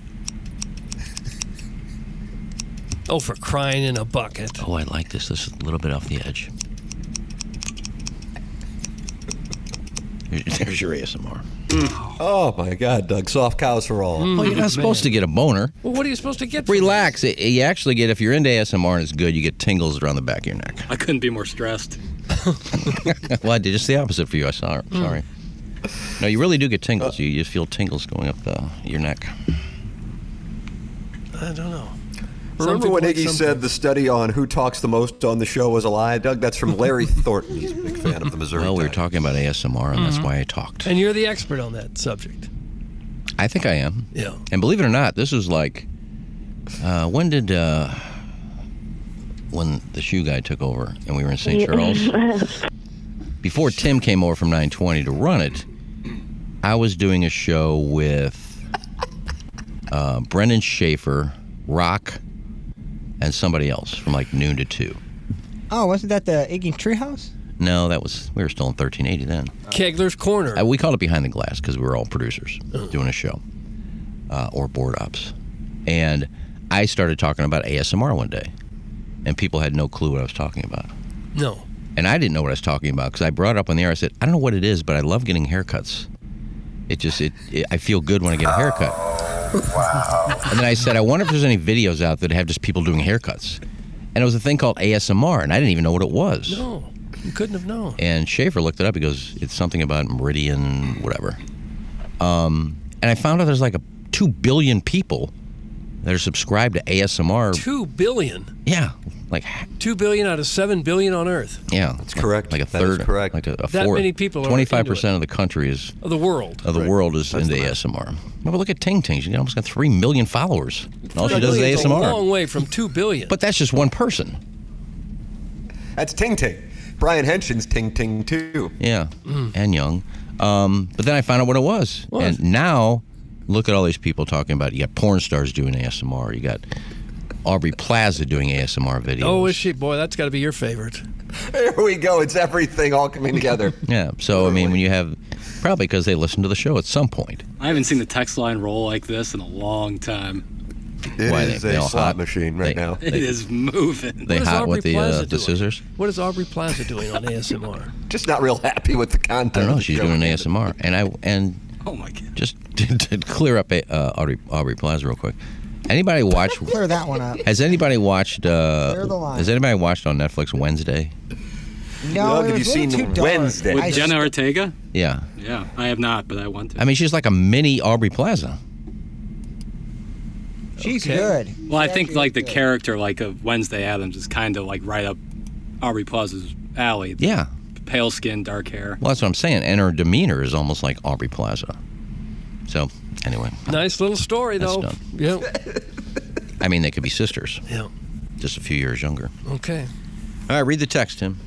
Speaker 4: Oh, for crying in a bucket.
Speaker 5: Oh, I like this. This is a little bit off the edge. There's your ASMR.
Speaker 3: Oh my God, Doug, soft cows for all.
Speaker 8: Mm.
Speaker 5: Well, you're not supposed to get a boner.
Speaker 4: Well, what are you supposed to get? from
Speaker 5: Relax. It- you actually get, if you're into ASMR and it's good, you get tingles around the back of your neck.
Speaker 8: I couldn't be more stressed.
Speaker 5: well, I did just the opposite for you. I saw.
Speaker 4: Hmm.
Speaker 5: Sorry. No, you really do get
Speaker 4: Uh,
Speaker 5: tingles. You you feel tingles going up the your neck.
Speaker 4: this? I don't know.
Speaker 3: Remember
Speaker 4: Some
Speaker 3: when
Speaker 4: people like
Speaker 3: Iggy
Speaker 4: some
Speaker 3: said the study on who talks the most on the show was a lie? Doug, that's from Larry Thornton. He's a big fan of the Missouri.
Speaker 5: Well, we were
Speaker 3: Tigers.
Speaker 5: talking about ASMR, and that's why I talked.
Speaker 4: Mm-hmm. And you're the expert on that subject.
Speaker 5: I think I am.
Speaker 4: Yeah.
Speaker 5: And believe it or not, this was like, uh, when did uh, when the shoe guy took over and we were in St. Charles? Before Tim came over from 920 to run it, I was doing a show with uh, Brendan Schaefer, Rock, and somebody else from like noon to two.
Speaker 6: Oh, wasn't that the Iggy Treehouse?
Speaker 5: No, that was we were still in 1380 then.
Speaker 4: Kegler's Corner.
Speaker 5: Uh, we called it behind the glass because we were all producers doing a show uh, or board ops. And I started talking about ASMR one day, and people had no clue what I was talking about.
Speaker 4: no.
Speaker 5: And I didn't know what I was talking about because I brought it up on the air. I said, I don't know what it is, but I love getting haircuts. It just, it, it I feel good when I get a haircut. and then I said, I wonder if there's any videos out that have just people doing haircuts. And it was a thing called ASMR, and I didn't even know what it was.
Speaker 4: No. You couldn't have known.
Speaker 5: And Schaefer looked it up. He goes, it's something about meridian, whatever. Um, and I found out there's like a two billion people that are subscribed to ASMR.
Speaker 4: Two billion.
Speaker 5: Yeah, like ha-
Speaker 4: Two billion out of seven billion on Earth
Speaker 5: yeah, that's
Speaker 3: correct.
Speaker 5: Like a
Speaker 3: That is
Speaker 5: third,
Speaker 3: correct.
Speaker 5: Like a, a
Speaker 4: That
Speaker 5: fourth.
Speaker 4: many people are into it.
Speaker 5: Twenty-five percent of the country is
Speaker 4: of the world.
Speaker 5: of the world is into ASMR. Well, but look at Ting Ting. She almost got three million followers. And all she does
Speaker 4: It's
Speaker 5: is
Speaker 4: A
Speaker 5: ASMR.
Speaker 4: long way from two billion.
Speaker 5: But that's just one person.
Speaker 3: That's Ting Ting. Brian Henson's Ting Ting too.
Speaker 5: Yeah,
Speaker 4: Mm.
Speaker 5: and young. Um, but then I found out what it was, and now look at all these people talking about. You got porn stars doing ASMR. You got Aubrey Plaza doing ASMR videos.
Speaker 4: oh, is she? Boy, that's got to be your favorite.
Speaker 3: There we go. It's everything all coming together.
Speaker 5: Yeah. So I mean, when you have probably because they listen to the show at some point.
Speaker 8: I haven't seen the text line roll like this in a long time.
Speaker 3: It is
Speaker 5: Why, they- they
Speaker 3: a
Speaker 5: all
Speaker 3: slot
Speaker 5: hot?
Speaker 3: machine right
Speaker 5: They-
Speaker 3: now.
Speaker 8: It is moving.
Speaker 5: They
Speaker 4: What is
Speaker 5: hot
Speaker 4: Aubrey
Speaker 5: with the
Speaker 4: Plaza
Speaker 5: uh, the
Speaker 4: doing?
Speaker 5: scissors.
Speaker 4: What is Aubrey Plaza doing on ASMR?
Speaker 3: Just not real happy with the content.
Speaker 5: I don't
Speaker 3: of
Speaker 5: know.
Speaker 3: the
Speaker 5: She's
Speaker 3: show.
Speaker 5: doing ASMR, and I and
Speaker 8: Oh my god.
Speaker 5: just to, to clear up uh, Aubrey Aubrey Plaza real quick. Anybody watch?
Speaker 6: Clear that one up.
Speaker 5: has anybody watched? Uh,
Speaker 6: Clear the line.
Speaker 5: has anybody watched on Netflix Wednesday?
Speaker 6: No,
Speaker 3: Doug,
Speaker 6: it
Speaker 3: have
Speaker 6: was
Speaker 3: you seen
Speaker 6: really too dark.
Speaker 3: Wednesday?
Speaker 6: I
Speaker 8: With Jenna
Speaker 6: just-
Speaker 8: Ortega?
Speaker 5: Yeah.
Speaker 8: Yeah, I have not, but I want to.
Speaker 5: I mean, she's like a mini Aubrey Plaza.
Speaker 6: she's
Speaker 4: Okay.
Speaker 6: good.
Speaker 8: well, I think like the character like of Wednesday Adams is kind of like right up Aubrey Plaza's alley.
Speaker 5: Yeah.
Speaker 4: pale skin, dark hair.
Speaker 5: Well, that's what I'm saying. And her demeanor is almost like Aubrey Plaza. So, anyway,
Speaker 6: Nice little story,
Speaker 5: That's
Speaker 6: though.
Speaker 5: done.
Speaker 6: Yeah.
Speaker 5: I mean, they could be sisters,
Speaker 6: yeah.
Speaker 5: just a few years younger.
Speaker 6: Okay.
Speaker 5: All right, read the text, Tim.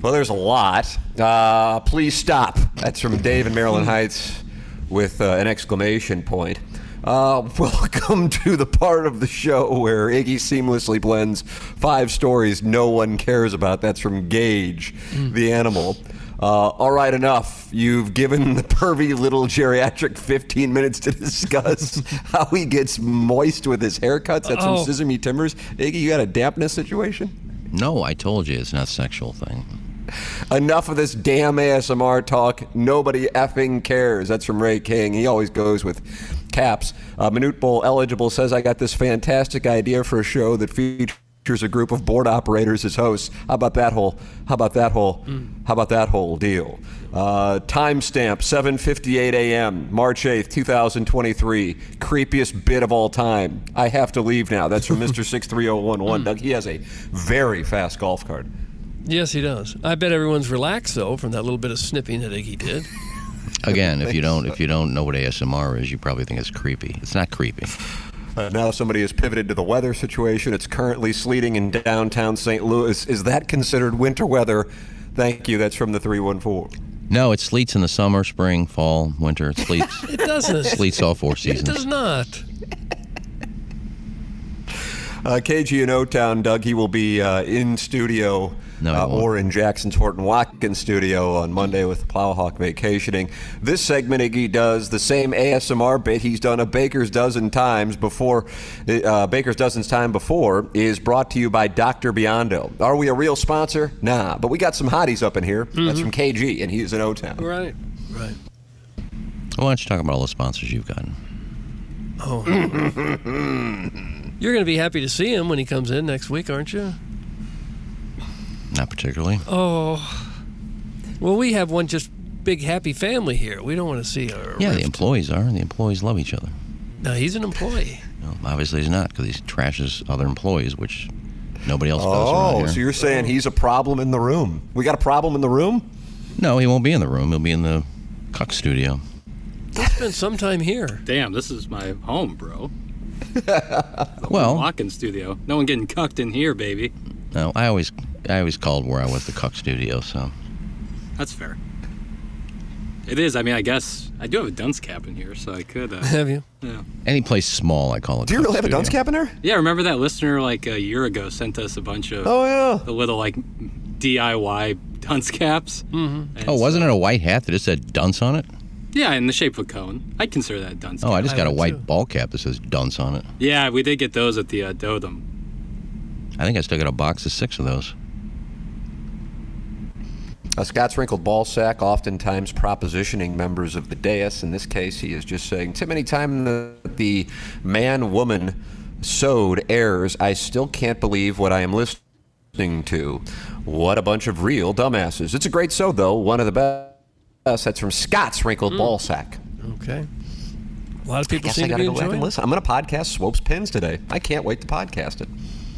Speaker 3: Well, there's a lot. Uh, please stop. That's from Dave in Maryland Heights with uh, an exclamation point. Uh, welcome to the part of the show where Iggy seamlessly blends five stories no one cares about. That's from Gage, the animal. Uh, all right, enough. You've given the pervy little geriatric 15 minutes to discuss how he gets moist with his haircuts. That's
Speaker 6: Oh.
Speaker 3: from Sesame Timbers. Iggy, you got a dampness situation?
Speaker 5: No, I told you it's not a sexual thing.
Speaker 3: Enough of this damn ASMR talk. Nobody effing cares. That's from Ray King. He always goes with caps. Uh, Minute Bowl eligible says, I got this fantastic idea for a show that features a group of board operators as hosts. How about that whole? How about that whole? How about that whole deal? Uh, timestamp 7:58 a.m. March 8th, 2023. Creepiest bit of all time. I have to leave now. That's from Mr. 63011. Doug, he has a very fast golf cart.
Speaker 6: Yes, he does. I bet everyone's relaxed though from that little bit of snipping that Iggy did.
Speaker 5: Again, if you don't if you don't know what ASMR is, you probably think it's creepy. It's not creepy.
Speaker 3: Uh, now somebody has pivoted to the weather situation. It's currently sleeting in downtown St. Louis. Is that considered winter weather? Thank you. That's from the 314.
Speaker 5: No, it sleets in the summer, spring, fall, winter. It sleets
Speaker 6: It doesn't.
Speaker 5: sleets all four
Speaker 6: It does
Speaker 5: seasons.
Speaker 6: not.
Speaker 3: Uh, KG in O Town, Doug, he will be uh, in studio
Speaker 5: No, he
Speaker 3: uh,
Speaker 5: won't.
Speaker 3: or in Jackson's Horton Watkins studio on Monday with Plowhawk vacationing. This segment, Iggy does the same ASMR bit he's done a Baker's Dozen times before. Uh, Baker's Dozen's time before is brought to you by Dr. Biondo. Are we a real sponsor? Nah, but we got some hotties up in here. That's from KG, and he's in O Town.
Speaker 6: Right. Right.
Speaker 5: Why don't you talk about all the sponsors you've gotten?
Speaker 6: You're going to be happy to see him when he comes in next week, aren't you?
Speaker 5: Not particularly.
Speaker 6: Oh. Well, we have one just big happy family here. We don't want to see a
Speaker 5: yeah, the employees are. The employees love each other.
Speaker 6: No, he's an employee.
Speaker 5: No, obviously he's not because he trashes other employees, which nobody else does
Speaker 3: Oh,
Speaker 5: around
Speaker 3: so
Speaker 5: here.
Speaker 3: you're saying he's a problem in the room? We got a problem in the room?
Speaker 5: no, he won't be in the room. He'll be in the cuck studio.
Speaker 6: Spent some time here.
Speaker 4: Damn, this is my home, bro.
Speaker 5: Well,
Speaker 4: Walking studio. No one getting cucked in here, baby.
Speaker 5: no, I always I always called where I was the cuck studio. So
Speaker 4: That's fair. It is. I mean, I guess I do have a dunce cap in here, so I could. Uh,
Speaker 6: Have you?
Speaker 4: yeah.
Speaker 5: any place small, I call it.
Speaker 3: Do you
Speaker 5: cuck
Speaker 3: really have a
Speaker 5: studio.
Speaker 3: dunce cap in there?
Speaker 4: yeah, remember that listener like a year ago sent us a bunch of
Speaker 3: Oh, yeah.
Speaker 4: the little like DIY dunce caps. Mm-hmm.
Speaker 5: Oh,
Speaker 6: uh,
Speaker 5: wasn't it a white hat that just said dunce on it?
Speaker 4: Yeah, in the shape of a cone. I'd consider that a dunce.
Speaker 5: Oh,
Speaker 4: cap.
Speaker 5: I just
Speaker 6: I
Speaker 5: got a
Speaker 6: would
Speaker 5: white
Speaker 6: too.
Speaker 5: ball cap that says dunce on it.
Speaker 4: Yeah, we did get those at the uh, Dodum.
Speaker 5: I think I still got a box of six of those.
Speaker 3: A Scott's wrinkled ball sack, oftentimes propositioning members of the dais. In this case, he is just saying, Tim, anytime that the man woman sowed errors, I still can't believe what I am listening to. What a bunch of real dumbasses. It's a great sow, though. One of the best. That's from Scott's wrinkled ball sack.
Speaker 6: Okay. A lot of people
Speaker 3: Guess I
Speaker 6: seem to
Speaker 3: gotta
Speaker 6: be
Speaker 3: go back
Speaker 6: enjoying
Speaker 3: and listen. I'm going to podcast Swope's Pins today. I can't wait to podcast it.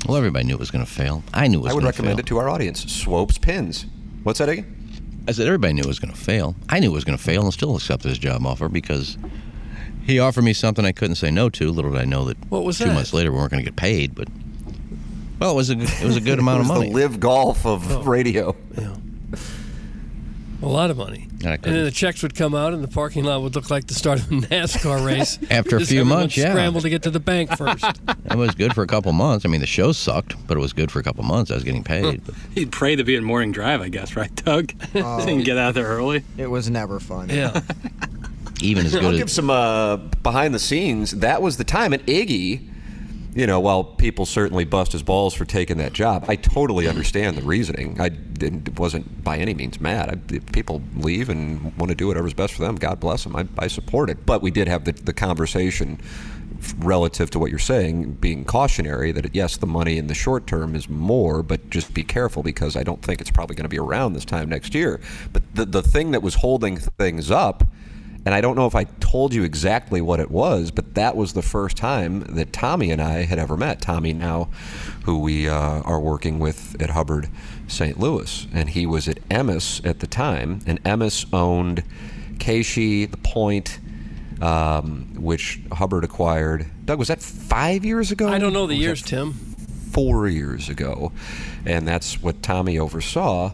Speaker 5: Well, everybody knew it was going to fail. I knew it was
Speaker 3: I would
Speaker 5: gonna
Speaker 3: recommend
Speaker 5: fail.
Speaker 3: it to our audience. Swope's Pins. What's that again?
Speaker 5: I said everybody knew it was going to fail. I knew it was going to fail and still accepted his job offer because he offered me something I couldn't say no to. Little did I know that
Speaker 6: What was
Speaker 5: two
Speaker 6: that?
Speaker 5: months later we weren't going to get paid. But well, it was a it was a good amount of
Speaker 3: It's the
Speaker 5: money.
Speaker 3: live golf of radio.
Speaker 6: A lot of money.
Speaker 5: And I
Speaker 6: then
Speaker 5: couldn't-
Speaker 6: the checks would come out, and the parking lot would look like the start of a NASCAR race.
Speaker 5: After a
Speaker 6: Just
Speaker 5: few
Speaker 6: everyone
Speaker 5: months, yeah.
Speaker 6: Scramble to get to the bank first.
Speaker 5: It was good for a couple months. I mean, the show sucked, but it was good for a couple months. I was getting paid. But
Speaker 4: He'd pray to be in morning drive, I guess, right, Doug? Oh. Didn't get out there early.
Speaker 12: It was never fun.
Speaker 6: yeah.
Speaker 5: even as
Speaker 3: I'll
Speaker 5: good
Speaker 3: give
Speaker 5: as
Speaker 3: some uh, behind the scenes. That was the time at Iggy. You know, while people certainly bust his balls for taking that job, I totally understand the reasoning. I didn't, wasn't by any means mad. I, if people leave and want to do whatever's best for them, God bless them. I, I support it. But we did have the, the conversation relative to what you're saying, being cautionary that yes, the money in the short term is more, but just be careful because I don't think it's probably going to be around this time next year. But the, the thing that was holding things up And I don't know if I told you exactly what it was, but that was the first time that Tommy and I had ever met. Tommy, now who we uh, are working with at Hubbard St. Louis. And he was at Emmis at the time. And Emmis owned Keishi, The Point, um, which Hubbard acquired. Doug, was that five years ago?
Speaker 4: I don't know the
Speaker 3: Was that
Speaker 4: years, Tim.
Speaker 3: four years ago, and that's what Tommy oversaw.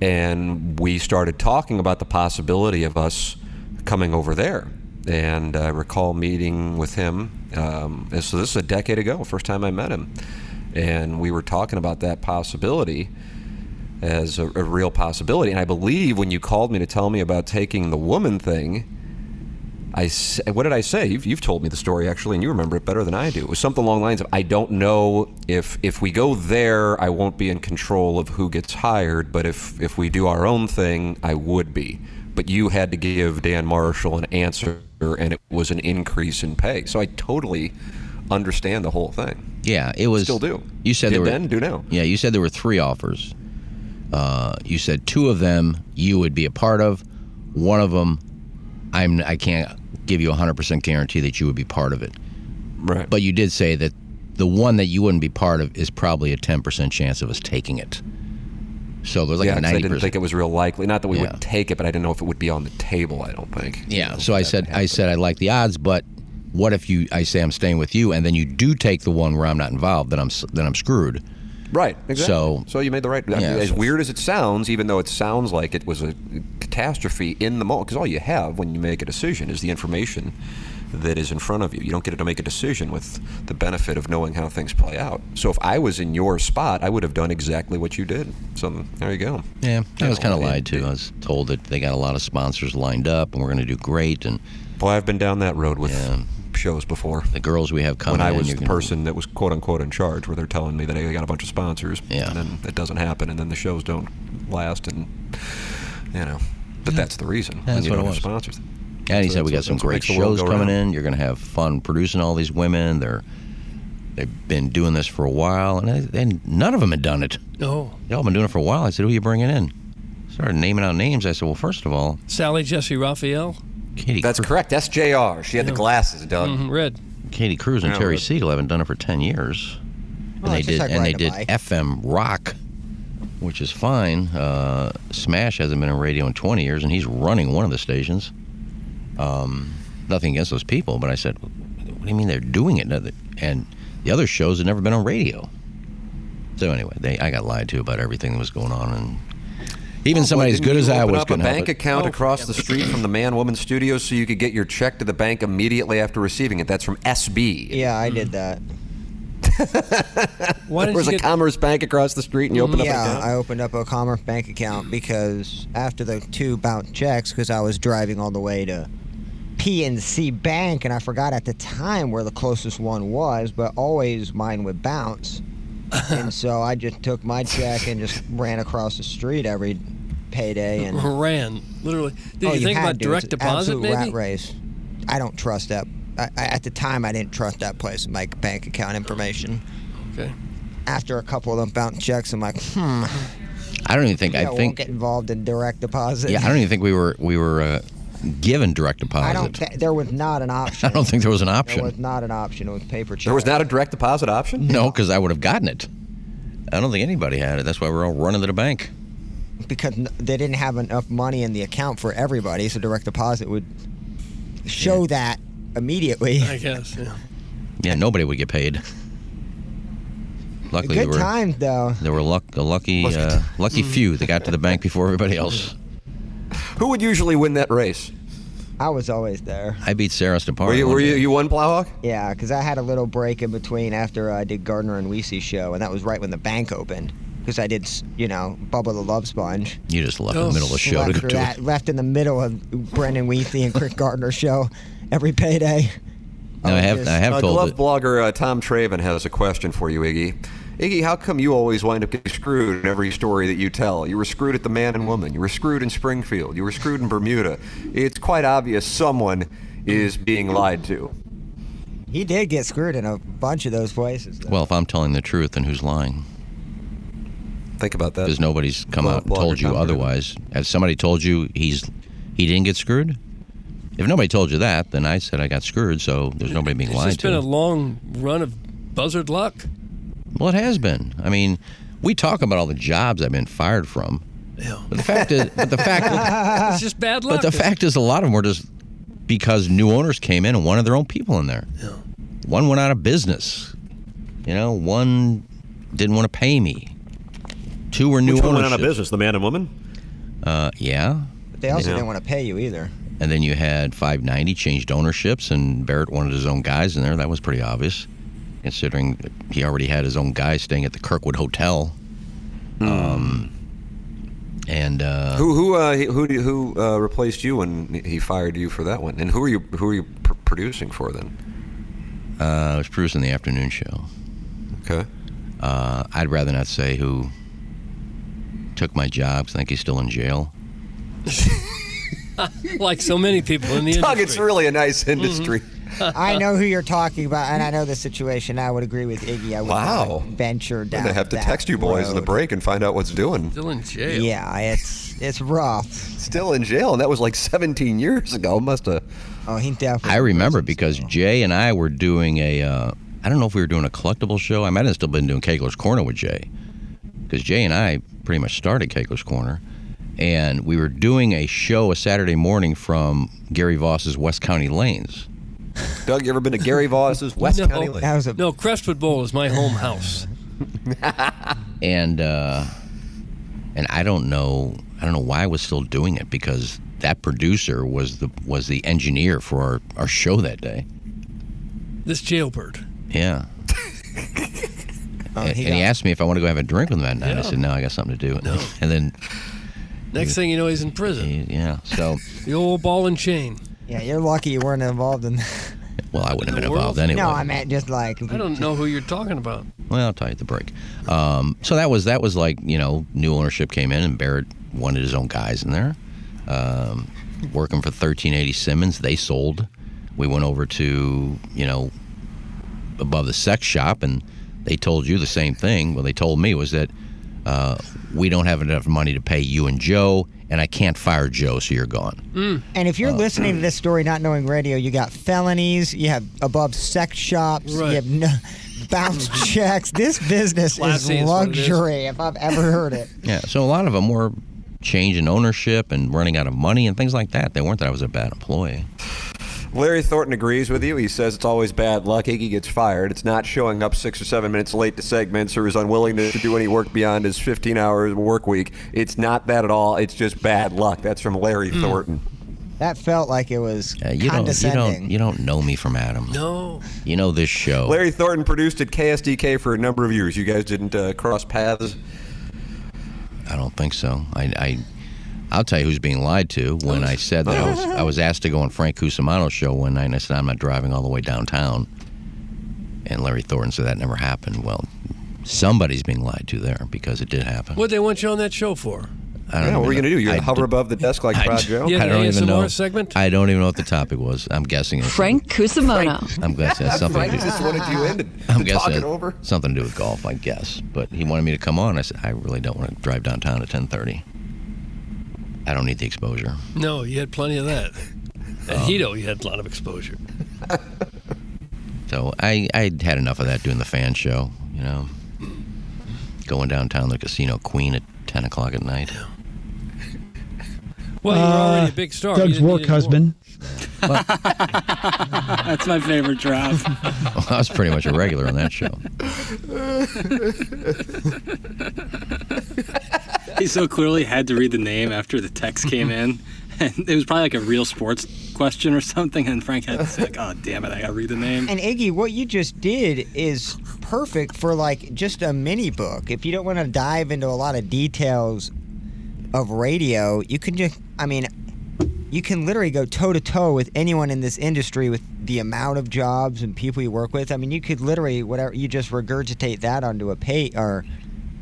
Speaker 3: And we started talking about the possibility of us coming over there. And I recall meeting with him. Um, and so this is a decade ago, first time I met him. And we were talking about that possibility as a, a real possibility. And I believe when you called me to tell me about taking the woman thing, I s- what did I say? You've, you've told me the story actually, and you remember it better than I do. It was something along the lines of I don't know if if we go there, I won't be in control of who gets hired, but if if we do our own thing, I would be. But you had to give Dan Marshall an answer, and it was an increase in pay. So I totally understand the whole thing.
Speaker 5: Yeah, it was.
Speaker 3: Still do.
Speaker 5: You said
Speaker 3: Did
Speaker 5: there were
Speaker 3: then, do now.
Speaker 5: Yeah, you said there were three offers. Uh, you said two of them you would be a part of. One of them, I'm. I can't give you a hundred percent guarantee that you would be part of it.
Speaker 3: Right.
Speaker 5: But you did say that the one that you wouldn't be part of is probably a ten percent chance of us taking it. So there's like
Speaker 3: yeah,
Speaker 5: a
Speaker 3: 'cause I
Speaker 5: ninety
Speaker 3: didn't
Speaker 5: percent.
Speaker 3: think it was real likely. Not that we
Speaker 5: Yeah.
Speaker 3: would take it, but I didn't know if it would be on the table. I don't think.
Speaker 5: Yeah. So I said, I said I like the odds, but what if you? I say I'm staying with you, and then you do take the one where I'm not involved. Then I'm s- then I'm screwed.
Speaker 3: Right. Exactly.
Speaker 5: So-
Speaker 3: So, you made the right. I mean,
Speaker 5: Yeah,
Speaker 3: as
Speaker 5: so-
Speaker 3: weird as it sounds, even though it sounds like it was a catastrophe in the moment, because all you have when you make a decision is the information that is in front of you. You don't get to make a decision with the benefit of knowing how things play out. So if I was in your spot, I would have done exactly what you did. So there you go.
Speaker 5: Yeah, I was
Speaker 3: Yeah,
Speaker 5: kind of
Speaker 3: well,
Speaker 5: lied
Speaker 3: it-
Speaker 5: to. I was told that they got a lot of sponsors lined up, and we're going to do great. And
Speaker 3: Boy, I've been down that road with
Speaker 5: Yeah.
Speaker 3: shows before.
Speaker 5: the girls we have coming,
Speaker 3: When I
Speaker 5: in,
Speaker 3: was
Speaker 5: you're
Speaker 3: the
Speaker 5: gonna-
Speaker 3: person that was quote unquote in charge, where they're telling me that they got a bunch of sponsors,
Speaker 5: Yeah.
Speaker 3: and then it doesn't happen, and then the shows don't last, and you know, but that's the reason. when
Speaker 5: That's
Speaker 3: you
Speaker 5: what
Speaker 3: don't have
Speaker 5: it was.
Speaker 3: Sponsors.
Speaker 5: And he
Speaker 3: So
Speaker 5: said we got
Speaker 3: that's-
Speaker 5: some
Speaker 3: that's what
Speaker 5: great
Speaker 3: makes the world
Speaker 5: shows
Speaker 3: go
Speaker 5: coming
Speaker 3: round.
Speaker 5: in. You're going to have fun producing all these women. They're they've been doing this for a while, and, I, and none of them had done it.
Speaker 4: No.
Speaker 5: They all been doing it for a while. I said, "Who are you bringing in?" Started naming out names. I said, "Well, first of all,
Speaker 4: Sally Jesse Raphael.
Speaker 5: Katie
Speaker 11: That's correct. That's Jr. She had the glasses, Doug.
Speaker 4: Mhm, Red.
Speaker 5: Katie Cruz and
Speaker 3: Yeah,
Speaker 5: Terry
Speaker 3: but-
Speaker 5: Siegel haven't done it for ten years,
Speaker 6: Well,
Speaker 5: and they
Speaker 6: it's just
Speaker 5: did
Speaker 6: like
Speaker 5: and they
Speaker 6: riding a
Speaker 5: did
Speaker 6: bike.
Speaker 5: FM rock, which is fine. Uh, Smash hasn't been in radio in twenty years, and he's running one of the stations. Um, nothing against those people, but I said, what do you mean they're doing it? No, they- And the other shows had never been on radio. So anyway, they I got lied to about everything that was going on, and even somebody as
Speaker 3: Didn't
Speaker 5: good
Speaker 3: you
Speaker 5: as I
Speaker 3: open
Speaker 5: was
Speaker 3: up a
Speaker 5: couldn't help
Speaker 3: bank
Speaker 5: it. Oh.
Speaker 3: account across the street from the Man Woman Studios, so you could get your check to the bank immediately after receiving it. That's from SB.
Speaker 6: Yeah, I did that.
Speaker 4: Why
Speaker 3: There
Speaker 4: did
Speaker 3: was
Speaker 4: you
Speaker 3: a
Speaker 4: get
Speaker 3: Commerce Bank across the street, and you opened up.
Speaker 6: Yeah, I opened up a Commerce bank account because after the two bounce checks, because I was driving all the way to PNC Bank, and I forgot at the time where the closest one was, but always mine would bounce. and so I just took my check and just ran across the street every payday. And
Speaker 4: ran literally? Did
Speaker 6: oh,
Speaker 4: you think
Speaker 6: had
Speaker 4: about
Speaker 6: to.
Speaker 4: direct
Speaker 6: it's an
Speaker 4: deposit?
Speaker 6: absolute
Speaker 4: Maybe.
Speaker 6: rat race. I don't trust that. I, I, at the time, I didn't trust that place. My bank account information.
Speaker 4: Okay.
Speaker 6: After a couple of them bounce checks, I'm like, hmm.
Speaker 5: I don't even think
Speaker 6: Yeah,
Speaker 5: I
Speaker 6: won't
Speaker 5: think
Speaker 6: get involved in direct deposit.
Speaker 5: yeah I don't even think we were we were uh, given direct deposit.
Speaker 6: I don't. thi- there was not an option.
Speaker 5: I don't think there was an
Speaker 6: there was
Speaker 5: option.
Speaker 6: not an option. It was paper check.
Speaker 3: There was not a direct deposit option.
Speaker 5: No, because I would have gotten it. I don't think anybody had it. That's why we're all running to the bank.
Speaker 6: because n- they didn't have enough money in the account for everybody. So direct deposit would show that immediately.
Speaker 4: I guess. Yeah.
Speaker 5: Yeah, nobody would get paid. Luckily, there
Speaker 6: Good
Speaker 5: were
Speaker 6: time Hmm. though.
Speaker 5: there were luck, a lucky uh, lucky few that got to the bank before everybody else.
Speaker 3: Who would usually win that race?
Speaker 6: I was always there.
Speaker 5: I beat Sarah Stepar.
Speaker 3: Were you? Were you? You won Plowhawk?
Speaker 6: Yeah, because I had a little break in between after I did Gardner and Weesy's show, and that was right when the bank opened. Because I did, s- you know, Bubba the Love Sponge.
Speaker 5: You just left in
Speaker 4: Oh,
Speaker 5: the middle of the show to
Speaker 6: left,
Speaker 5: go
Speaker 6: or
Speaker 5: to
Speaker 6: that,
Speaker 5: it.
Speaker 6: left in the middle of Brendan Weesey and Chris Gardner show every payday.
Speaker 5: No, I have
Speaker 6: just-
Speaker 5: I have
Speaker 3: Uh,
Speaker 5: told
Speaker 3: glove
Speaker 5: it.
Speaker 3: blogger uh, Tom Traven has a question for you, Iggy. Iggy, how come you always wind up getting screwed in every story that you tell? You were screwed at the Man and Woman. You were screwed in Springfield. You were screwed in Bermuda. It's quite obvious someone is being lied to.
Speaker 6: He did get screwed in a bunch of those places. Though.
Speaker 5: Well, if I'm telling the truth, then who's lying?
Speaker 3: Think about that.
Speaker 5: Because nobody's come
Speaker 3: Glove
Speaker 5: out and
Speaker 3: blogger
Speaker 5: told you
Speaker 3: Tom Traven.
Speaker 5: otherwise. Has somebody told you he's he didn't get screwed? If nobody told you that, then I said I got screwed, so there's nobody being
Speaker 4: It's
Speaker 5: lied
Speaker 4: just been
Speaker 5: to.
Speaker 4: a long run of buzzard luck.
Speaker 5: well, it has been. I mean, we talk about all the jobs I've been fired from. But the fact is, but the fact,
Speaker 4: It's just bad luck.
Speaker 5: but the fact is, a lot of them were just because new owners came in and wanted their own people in there. One went out of business. You know, one didn't want to pay me. Two were new
Speaker 9: Which one
Speaker 5: owners.
Speaker 9: went out of business? The man and woman?
Speaker 5: Uh, yeah.
Speaker 6: But they also
Speaker 9: Yeah.
Speaker 6: didn't want to pay you either.
Speaker 5: And then you had 590 changed ownerships, and Barrett wanted his own guys in there. That was pretty obvious, considering he already had his own guys staying at the Kirkwood Hotel. Um, and uh,
Speaker 3: Who who uh, who do- who uh, replaced you when he fired you for that one? And who are you who are you pr- producing for then?
Speaker 5: uh, I was producing the afternoon show.
Speaker 3: Okay.
Speaker 5: Uh, I'd rather not say who took my job. 'cause I think he's still in jail.
Speaker 4: like so many people in the
Speaker 3: Doug,
Speaker 4: industry.
Speaker 3: it's really a
Speaker 6: Mm-hmm.
Speaker 3: nice industry.
Speaker 6: I know who you're talking about, and I know the situation. I would agree with Iggy. I would
Speaker 3: Wow.
Speaker 6: not venture
Speaker 3: I'm
Speaker 6: down.
Speaker 3: gonna have to
Speaker 6: that
Speaker 3: text you boys in the
Speaker 6: road.
Speaker 3: break and find out what's doing.
Speaker 4: Still in jail.
Speaker 6: Yeah, it's it's rough.
Speaker 3: Still in jail, and that was like 17 years ago. Must have.
Speaker 6: Oh, he definitely.
Speaker 5: I remember
Speaker 6: was in
Speaker 5: because
Speaker 6: jail.
Speaker 5: Jay and I were doing a. Uh, I don't know if we were doing a collectible show. I might have still been doing Kegler's Corner with Jay, because Jay and I pretty much started Kegler's Corner, and we were doing a show a Saturday morning from Gary Voss's West County Lanes.
Speaker 3: Doug, you ever been to Gary Voss's West
Speaker 4: No.
Speaker 3: County?
Speaker 6: that
Speaker 3: Lake?
Speaker 6: was a
Speaker 4: No, Crestwood Bowl is my home house.
Speaker 5: and uh, and I don't know I don't know why I was still doing it because that producer was the was the engineer for our, our show that day.
Speaker 4: This jailbird.
Speaker 5: Yeah.
Speaker 6: Oh,
Speaker 5: and,
Speaker 6: he
Speaker 5: and he
Speaker 6: got-
Speaker 5: asked me if I want to go have a drink with him that night. I
Speaker 4: Yeah.
Speaker 5: said no, I got something to do. And then
Speaker 4: Next thing you know, he's in prison.
Speaker 5: yeah, so
Speaker 4: The old ball and chain.
Speaker 6: Yeah, you're lucky you weren't involved in.
Speaker 5: well I wouldn't have been
Speaker 4: The world?
Speaker 5: involved anyway.
Speaker 6: No, I meant just like.
Speaker 4: I don't know who you're talking about.
Speaker 5: Well, I'll tell you at the break. Um, so that was that was like you know new ownership came in and Barrett wanted his own guys in there, um, working for 1380 Simmons. They sold. We went over to you know above the sex shop and they told you the same thing. Well, they told me was that uh, we don't have enough money to pay you and Joe, and I can't fire Joe, so you're gone.
Speaker 6: And
Speaker 3: Oh.
Speaker 6: if you're listening to this story not knowing radio, you got felonies, you have above sex shops,
Speaker 4: Right.
Speaker 6: you have no bounce checks. This business is
Speaker 4: Classy is what it is.
Speaker 6: luxury, if I've ever heard it.
Speaker 5: Yeah, so a lot of them were change in ownership and running out of money and things like that. They weren't that I was a bad employee.
Speaker 3: Larry Thornton agrees with you. He says it's always bad luck. Iggy gets fired. It's not showing up six or seven minutes late to segments or his unwillingness to do any work beyond his 15 hours work week. It's not that at all. It's just bad luck. That's from Larry
Speaker 5: Hmm.
Speaker 3: Thornton.
Speaker 6: That felt like it was
Speaker 5: Uh, you don't, you
Speaker 6: condescending.
Speaker 5: don't, you don't know me from Adam.
Speaker 4: No.
Speaker 5: You know this show.
Speaker 3: Larry Thornton produced at KSDK for a number of years. You guys didn't uh, cross paths.
Speaker 5: I don't think so. I, I, I'll tell you who's being lied to. When I said that I was, I was asked to go on Frank Cusimano's show one night, and I said I'm not driving all the way downtown. And Larry Thornton said that never happened. Well, somebody's being lied to there because it did happen.
Speaker 4: What'd they want you on that show for?
Speaker 5: I
Speaker 3: Yeah,
Speaker 5: even
Speaker 3: what were you
Speaker 5: know-
Speaker 3: gonna do? You're
Speaker 5: I
Speaker 3: gonna hover
Speaker 5: d-
Speaker 3: above the desk like Proud Joe?
Speaker 4: Yeah.
Speaker 5: I
Speaker 4: an
Speaker 5: don't even
Speaker 4: ASMR
Speaker 5: know.
Speaker 4: segment?
Speaker 5: I don't even know what the topic was. I'm guessing it's
Speaker 13: Frank Cusimano.
Speaker 5: I'm guessing it's something.
Speaker 3: Frank
Speaker 5: to do-
Speaker 3: just wanted you in to,
Speaker 5: I'm
Speaker 3: to talk
Speaker 5: guessing
Speaker 3: it
Speaker 5: it-
Speaker 3: over.
Speaker 5: something to do with golf, I guess. But he wanted me to come on. I said I really don't want to drive downtown at 10:30. I don't need the exposure.
Speaker 4: No, you had plenty of that. At Hito, you had a lot of exposure.
Speaker 5: So I I had enough of that doing the fan show. You know, going downtown the casino queen at 10 o'clock at night.
Speaker 4: Well, you were
Speaker 6: Uh,
Speaker 4: already a big star. You
Speaker 14: Doug's
Speaker 4: didn't need
Speaker 14: work
Speaker 4: any more.
Speaker 14: husband.
Speaker 8: That's my favorite drop.
Speaker 5: I was pretty much a regular on that show.
Speaker 8: he so clearly had to read the name after the text came in. And it was probably like a real sports question or something. And Frank had to say, like, oh, damn it, I got to read the name.
Speaker 6: And Iggy, what you just did is perfect for like just a mini book. If you don't want to dive into a lot of details of radio, you can just, I mean, you can literally go toe to toe with anyone in this industry with the amount of jobs and people you work with. I mean, you could literally, whatever, you just regurgitate that onto a page or,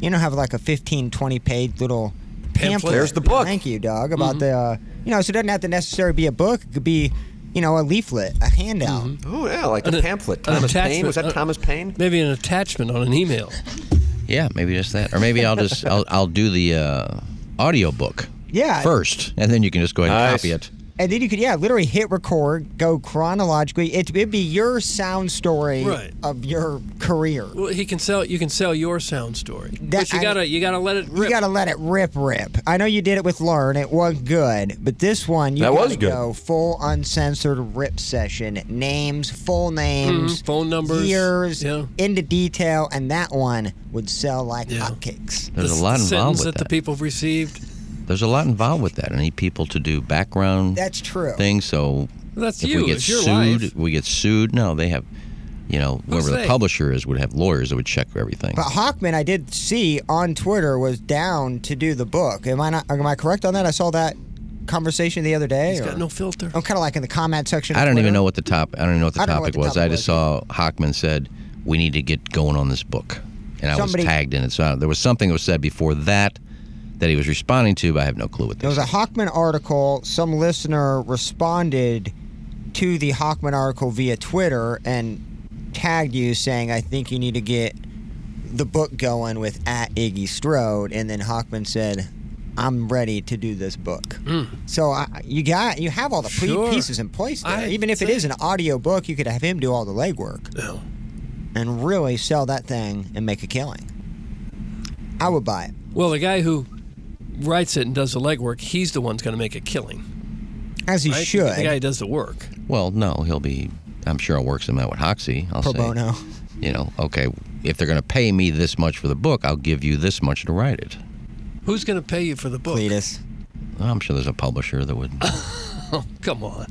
Speaker 6: you know, have like a 15, 20 page little pamphlet.
Speaker 3: There's the book.
Speaker 6: Thank you, dog. About the, uh, you know, so it doesn't have to necessarily be a book, it could be, you know, a leaflet, a handout.
Speaker 3: Oh yeah, like a
Speaker 4: An-
Speaker 3: pamphlet.
Speaker 4: an
Speaker 3: Thomas Paine
Speaker 4: attachment.
Speaker 3: was that
Speaker 4: Uh,
Speaker 3: Thomas Paine?
Speaker 4: Maybe an attachment on an email.
Speaker 5: Yeah, maybe just that, or maybe I'll just I'll I'll do the uh, audio book
Speaker 6: Yeah.
Speaker 5: first, and then you can just go ahead and
Speaker 3: Nice.
Speaker 5: copy it.
Speaker 6: And then you could, yeah, literally hit record, go chronologically. It, it'd be your sound story
Speaker 4: Right.
Speaker 6: of your career.
Speaker 4: Well, he can sell. You can sell your sound story,
Speaker 6: That-
Speaker 4: but you
Speaker 6: I-
Speaker 4: gotta you gotta let it rip.
Speaker 6: You got to let it rip, rip. I know you did it with Laura, and it was good, but this one you
Speaker 3: That
Speaker 6: gotta
Speaker 3: was good.
Speaker 6: go full uncensored rip session. Names, full names,
Speaker 4: Mm-hmm. Phone numbers,
Speaker 6: years,
Speaker 4: yeah.
Speaker 6: into detail, and that one would sell like
Speaker 4: Yeah.
Speaker 6: hotcakes.
Speaker 5: There's
Speaker 4: The
Speaker 5: a lot
Speaker 4: s-
Speaker 5: involved
Speaker 4: sentence
Speaker 5: with
Speaker 4: that, the
Speaker 5: that.
Speaker 4: people received.
Speaker 5: There's a lot involved with that. I need people to do background
Speaker 6: That's true.
Speaker 5: things. So
Speaker 4: That's
Speaker 5: if
Speaker 4: you.
Speaker 5: we get
Speaker 4: it's your
Speaker 5: sued,
Speaker 4: life.
Speaker 5: we get sued. No, they have, you know, whoever the
Speaker 4: they?
Speaker 5: publisher is would have lawyers that would check everything.
Speaker 6: But Hawkman, I did see on Twitter was down to do the book. Am I not? Am I correct on that? I saw that conversation the other day.
Speaker 4: He's
Speaker 6: or-
Speaker 4: got no filter.
Speaker 6: I'm kind of like in the comment section. of
Speaker 5: I don't even
Speaker 6: Twitter.
Speaker 5: know what the top. I don't even know what the
Speaker 6: I don't know what
Speaker 5: topic
Speaker 6: the
Speaker 5: was.
Speaker 6: topic
Speaker 5: I just
Speaker 6: was.
Speaker 5: saw Hockman said we need to get going on this book, and
Speaker 6: Somebody-
Speaker 5: I was tagged in it. So I don't- there was something that was said before that that he was responding to, but I have no clue what
Speaker 6: There
Speaker 5: this.
Speaker 6: was a Hawkman article. Some listener responded to the Hawkman article via Twitter and tagged you saying, I think you need to get the book going with at Iggy Strode. And then Hawkman said, I'm ready to do this book. So I, you got you have all the pre-
Speaker 4: Hmm. Sure.
Speaker 6: pieces in place there.
Speaker 4: I
Speaker 6: Even if it is an audio book, you could have him do all the legwork
Speaker 4: No.
Speaker 6: and really sell that thing and make a killing. I would buy it.
Speaker 4: Well, the guy who writes it and does the legwork, he's the one's gonna make a killing.
Speaker 6: As he
Speaker 4: right?
Speaker 6: should.
Speaker 4: The guy who does the work.
Speaker 5: Well, no, he'll be. I'm sure I'll work some out with Hoxie. I'll
Speaker 6: pro
Speaker 5: say,
Speaker 6: bono.
Speaker 5: you know, okay, if they're going to pay me this much for the book, I'll give you this much to write it.
Speaker 4: Who's gonna pay you for the book?
Speaker 6: Cletus.
Speaker 5: I'm sure there's a publisher that would.
Speaker 4: Come on.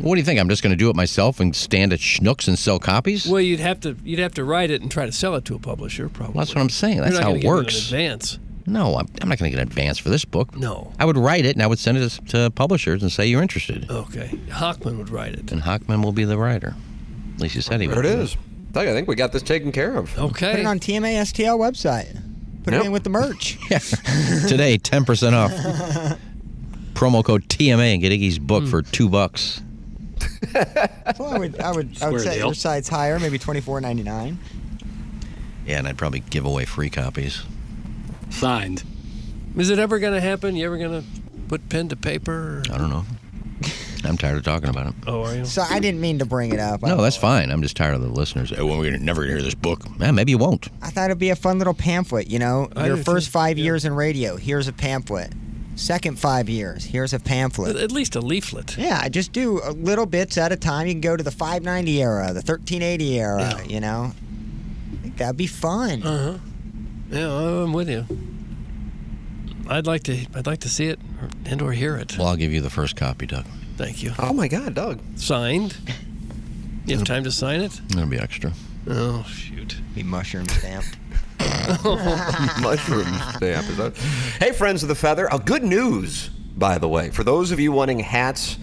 Speaker 5: what do you think? I'm just going to do it myself and stand at Schnucks and sell copies?
Speaker 4: Well, you'd have to you'd have to write it and try to sell it to a publisher. Probably.
Speaker 5: Well, that's what I'm saying. That's
Speaker 4: You're not
Speaker 5: how
Speaker 4: gonna
Speaker 5: it
Speaker 4: give them
Speaker 5: works.
Speaker 4: An advance.
Speaker 5: No, I'm, I'm not going to get an advance for this book.
Speaker 4: No.
Speaker 5: I would write it and I would send it to, to publishers and say you're interested.
Speaker 4: Okay. Hockman would write it.
Speaker 5: And Hockman will be the writer. At least he said he
Speaker 3: There
Speaker 5: would.
Speaker 3: it is. I think- I think we got this taken care of.
Speaker 4: Okay.
Speaker 6: Put it on TMA STL website. Put
Speaker 3: Yep.
Speaker 6: it in with the merch.
Speaker 5: Today, 10% off. Promo code TMA and get Iggy's book
Speaker 4: Hmm.
Speaker 5: for two bucks.
Speaker 6: well, I would, I would, I would
Speaker 8: Square
Speaker 6: set
Speaker 8: deal.
Speaker 6: your sites higher, maybe twenty four ninety nine.
Speaker 5: Yeah, and I'd probably give away free copies.
Speaker 8: Signed.
Speaker 4: Is it ever gonna happen? You ever gonna put pen to paper?
Speaker 5: I don't know. I'm tired of talking about it.
Speaker 4: Oh, are you?
Speaker 6: So I didn't mean to bring it up. I,
Speaker 5: No, that's fine. I'm just tired of the listeners. Oh, well, we're gonna- never going to hear this book. Eh, maybe you won't.
Speaker 6: I thought it'd be a fun little pamphlet. You know,
Speaker 4: I
Speaker 6: your
Speaker 4: do
Speaker 6: first
Speaker 4: too,
Speaker 6: five years in radio. Here's a pamphlet. Second five years. Here's a
Speaker 4: At
Speaker 6: pamphlet.
Speaker 4: at least a leaflet.
Speaker 6: Yeah, I just do a little bits at a time. You can go to the 590 era, the 1380 era. You know, I think that'd be fun.
Speaker 8: Uh-huh.
Speaker 4: Yeah, I'm with you. I'd like to. I'd like to see it or, and or hear it.
Speaker 5: Well, I'll give you the first copy, Doug.
Speaker 4: Thank you.
Speaker 3: Oh my God, Doug.
Speaker 4: Signed. You have time to sign it?
Speaker 5: That'll be extra.
Speaker 4: Oh shoot.
Speaker 6: Be mushroom stamped.
Speaker 3: mushroom stamp. Is that? Hey, friends of the feather. Uh, good news, by the way, for those of you wanting hats,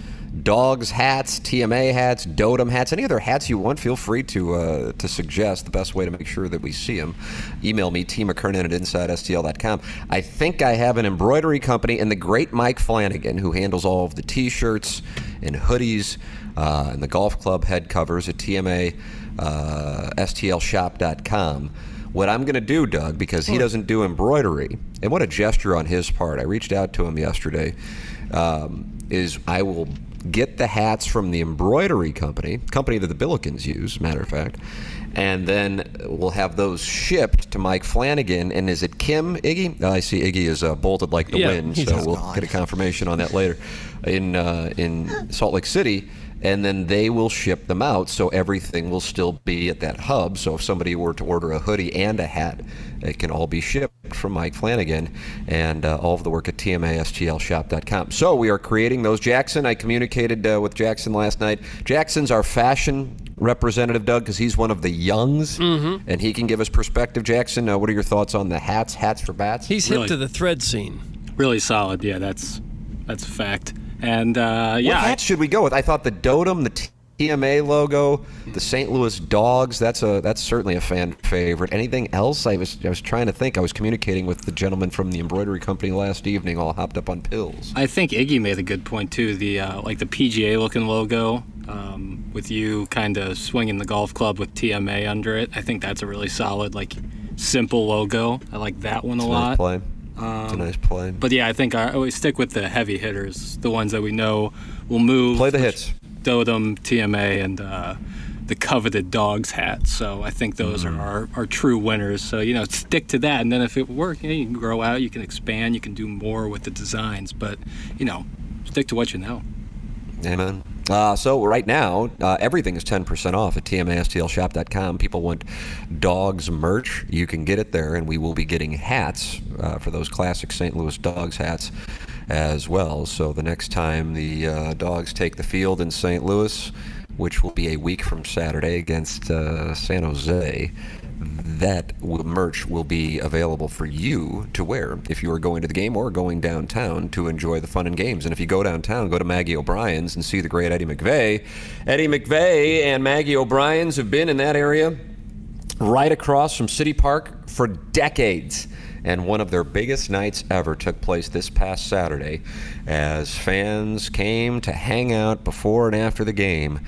Speaker 3: dogs hats, TMA hats, Dotem hats, any other hats you want, feel free to uh, to suggest. The best way to make sure that we see them, email me tmckernan at insidestl.com. I think I have an embroidery company and the great Mike Flanagan, who handles all of the T-shirts and hoodies uh, and the golf club head covers at TMA. Uh, STLshop.com. What I'm going to do, Doug, because he doesn't do embroidery, and what a gesture on his part. I reached out to him yesterday. Um, is I will get the hats from the embroidery company, company that the Billikens use, matter of fact, and then we'll have those shipped to Mike Flanagan. And is it Kim Iggy? I see Iggy is uh, bolted like the
Speaker 4: Yeah,
Speaker 3: wind,
Speaker 4: he's
Speaker 3: so
Speaker 4: all
Speaker 3: we'll get a confirmation on that later in uh, in Salt Lake City, and then they will ship them out. So everything will still be at that hub. So if somebody were to order a hoodie and a hat, it can all be shipped from Mike Flanagan and uh, all of the work at TMASTLShop.com. So we are creating those. Jackson, I communicated uh, with Jackson last night. Jackson's our fashion representative, Doug, because he's one of the youngs, and he can give us perspective. Jackson, uh, what are your thoughts on the hats? Hats for bats.
Speaker 4: He's hip
Speaker 8: Really?
Speaker 4: to the thread scene.
Speaker 8: Really solid. Yeah, that's that's a fact. And uh, yeah,
Speaker 3: What
Speaker 8: I-
Speaker 3: hat should we go with? I thought the Dotem, the TMA logo, the St. Louis Dogs. That's a that's certainly a fan favorite. Anything else? I was I was trying to think. I was communicating with the gentleman from the embroidery company last evening, all hopped up on pills.
Speaker 8: I think Iggy made a good point too. The uh, like the PGA looking logo um, with you kind of swinging the golf club with TMA under it. I think that's a really solid, like simple logo. I like that one a
Speaker 3: nice
Speaker 8: lot. Um,
Speaker 3: play. it's a nice play.
Speaker 8: But yeah, I think our, we stick with the heavy hitters, the ones that we know We'll move.
Speaker 11: Play the hits.
Speaker 8: Dotem, TMA, and uh, the coveted dog's hat. So I think those are our, our true winners. So, you know, stick to that. And then if it works, you, know, you can grow out, you can expand, you can do more with the designs. But, you know, stick to what you know.
Speaker 3: Amen. Uh, so right now, uh, everything is 10% off at tmastlshop.com. People want dogs merch. You can get it there, and we will be getting hats uh, for those classic St. Louis dogs hats as well. So the next time the uh, dogs take the field in St. Louis, which will be a week from Saturday against uh, San Jose, that will, merch will be available for you to wear if you are going to the game or going downtown to enjoy the fun and games. And if you go downtown, go to Maggie O'Brien's and see the great Eddie McVeigh. Eddie McVeigh and Maggie O'Brien's have been in that area right across from City Park for decades. And one of their biggest nights ever took place this past Saturday as fans came to hang out before and after the game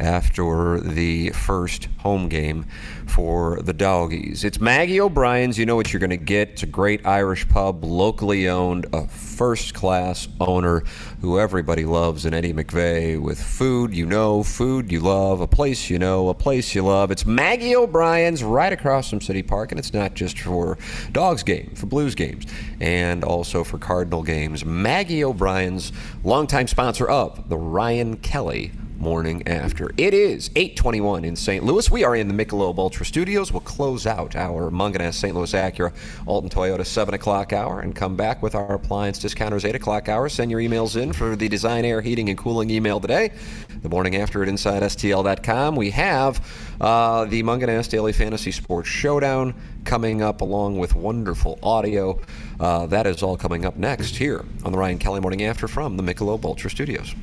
Speaker 3: after the first home game for the Doggies. It's Maggie O'Brien's. You know what you're going to get. It's a great Irish pub, locally owned, a first class owner who everybody loves, and Eddie McVeigh with food you know, food you love, a place you know, a place you love. It's Maggie O'Brien's right across from City Park, and it's not just for Dogs game, for Blues games, and also for Cardinal games. Maggie O'Brien's longtime sponsor of the Ryan Kelly morning after. It is 821 in St. Louis. We are in the Michelob Ultra Studios. We'll close out our Munganess St. Louis Acura Alton Toyota 7 o'clock hour and come back with our appliance discounters 8 o'clock hour. Send your emails in for the design, air, heating, and cooling email today. The morning after at InsideSTL.com. We have uh, the Munganess Daily Fantasy Sports Showdown coming up along with wonderful audio. Uh, that is all coming up next here on the Ryan Kelly Morning After from the Michelob Ultra Studios.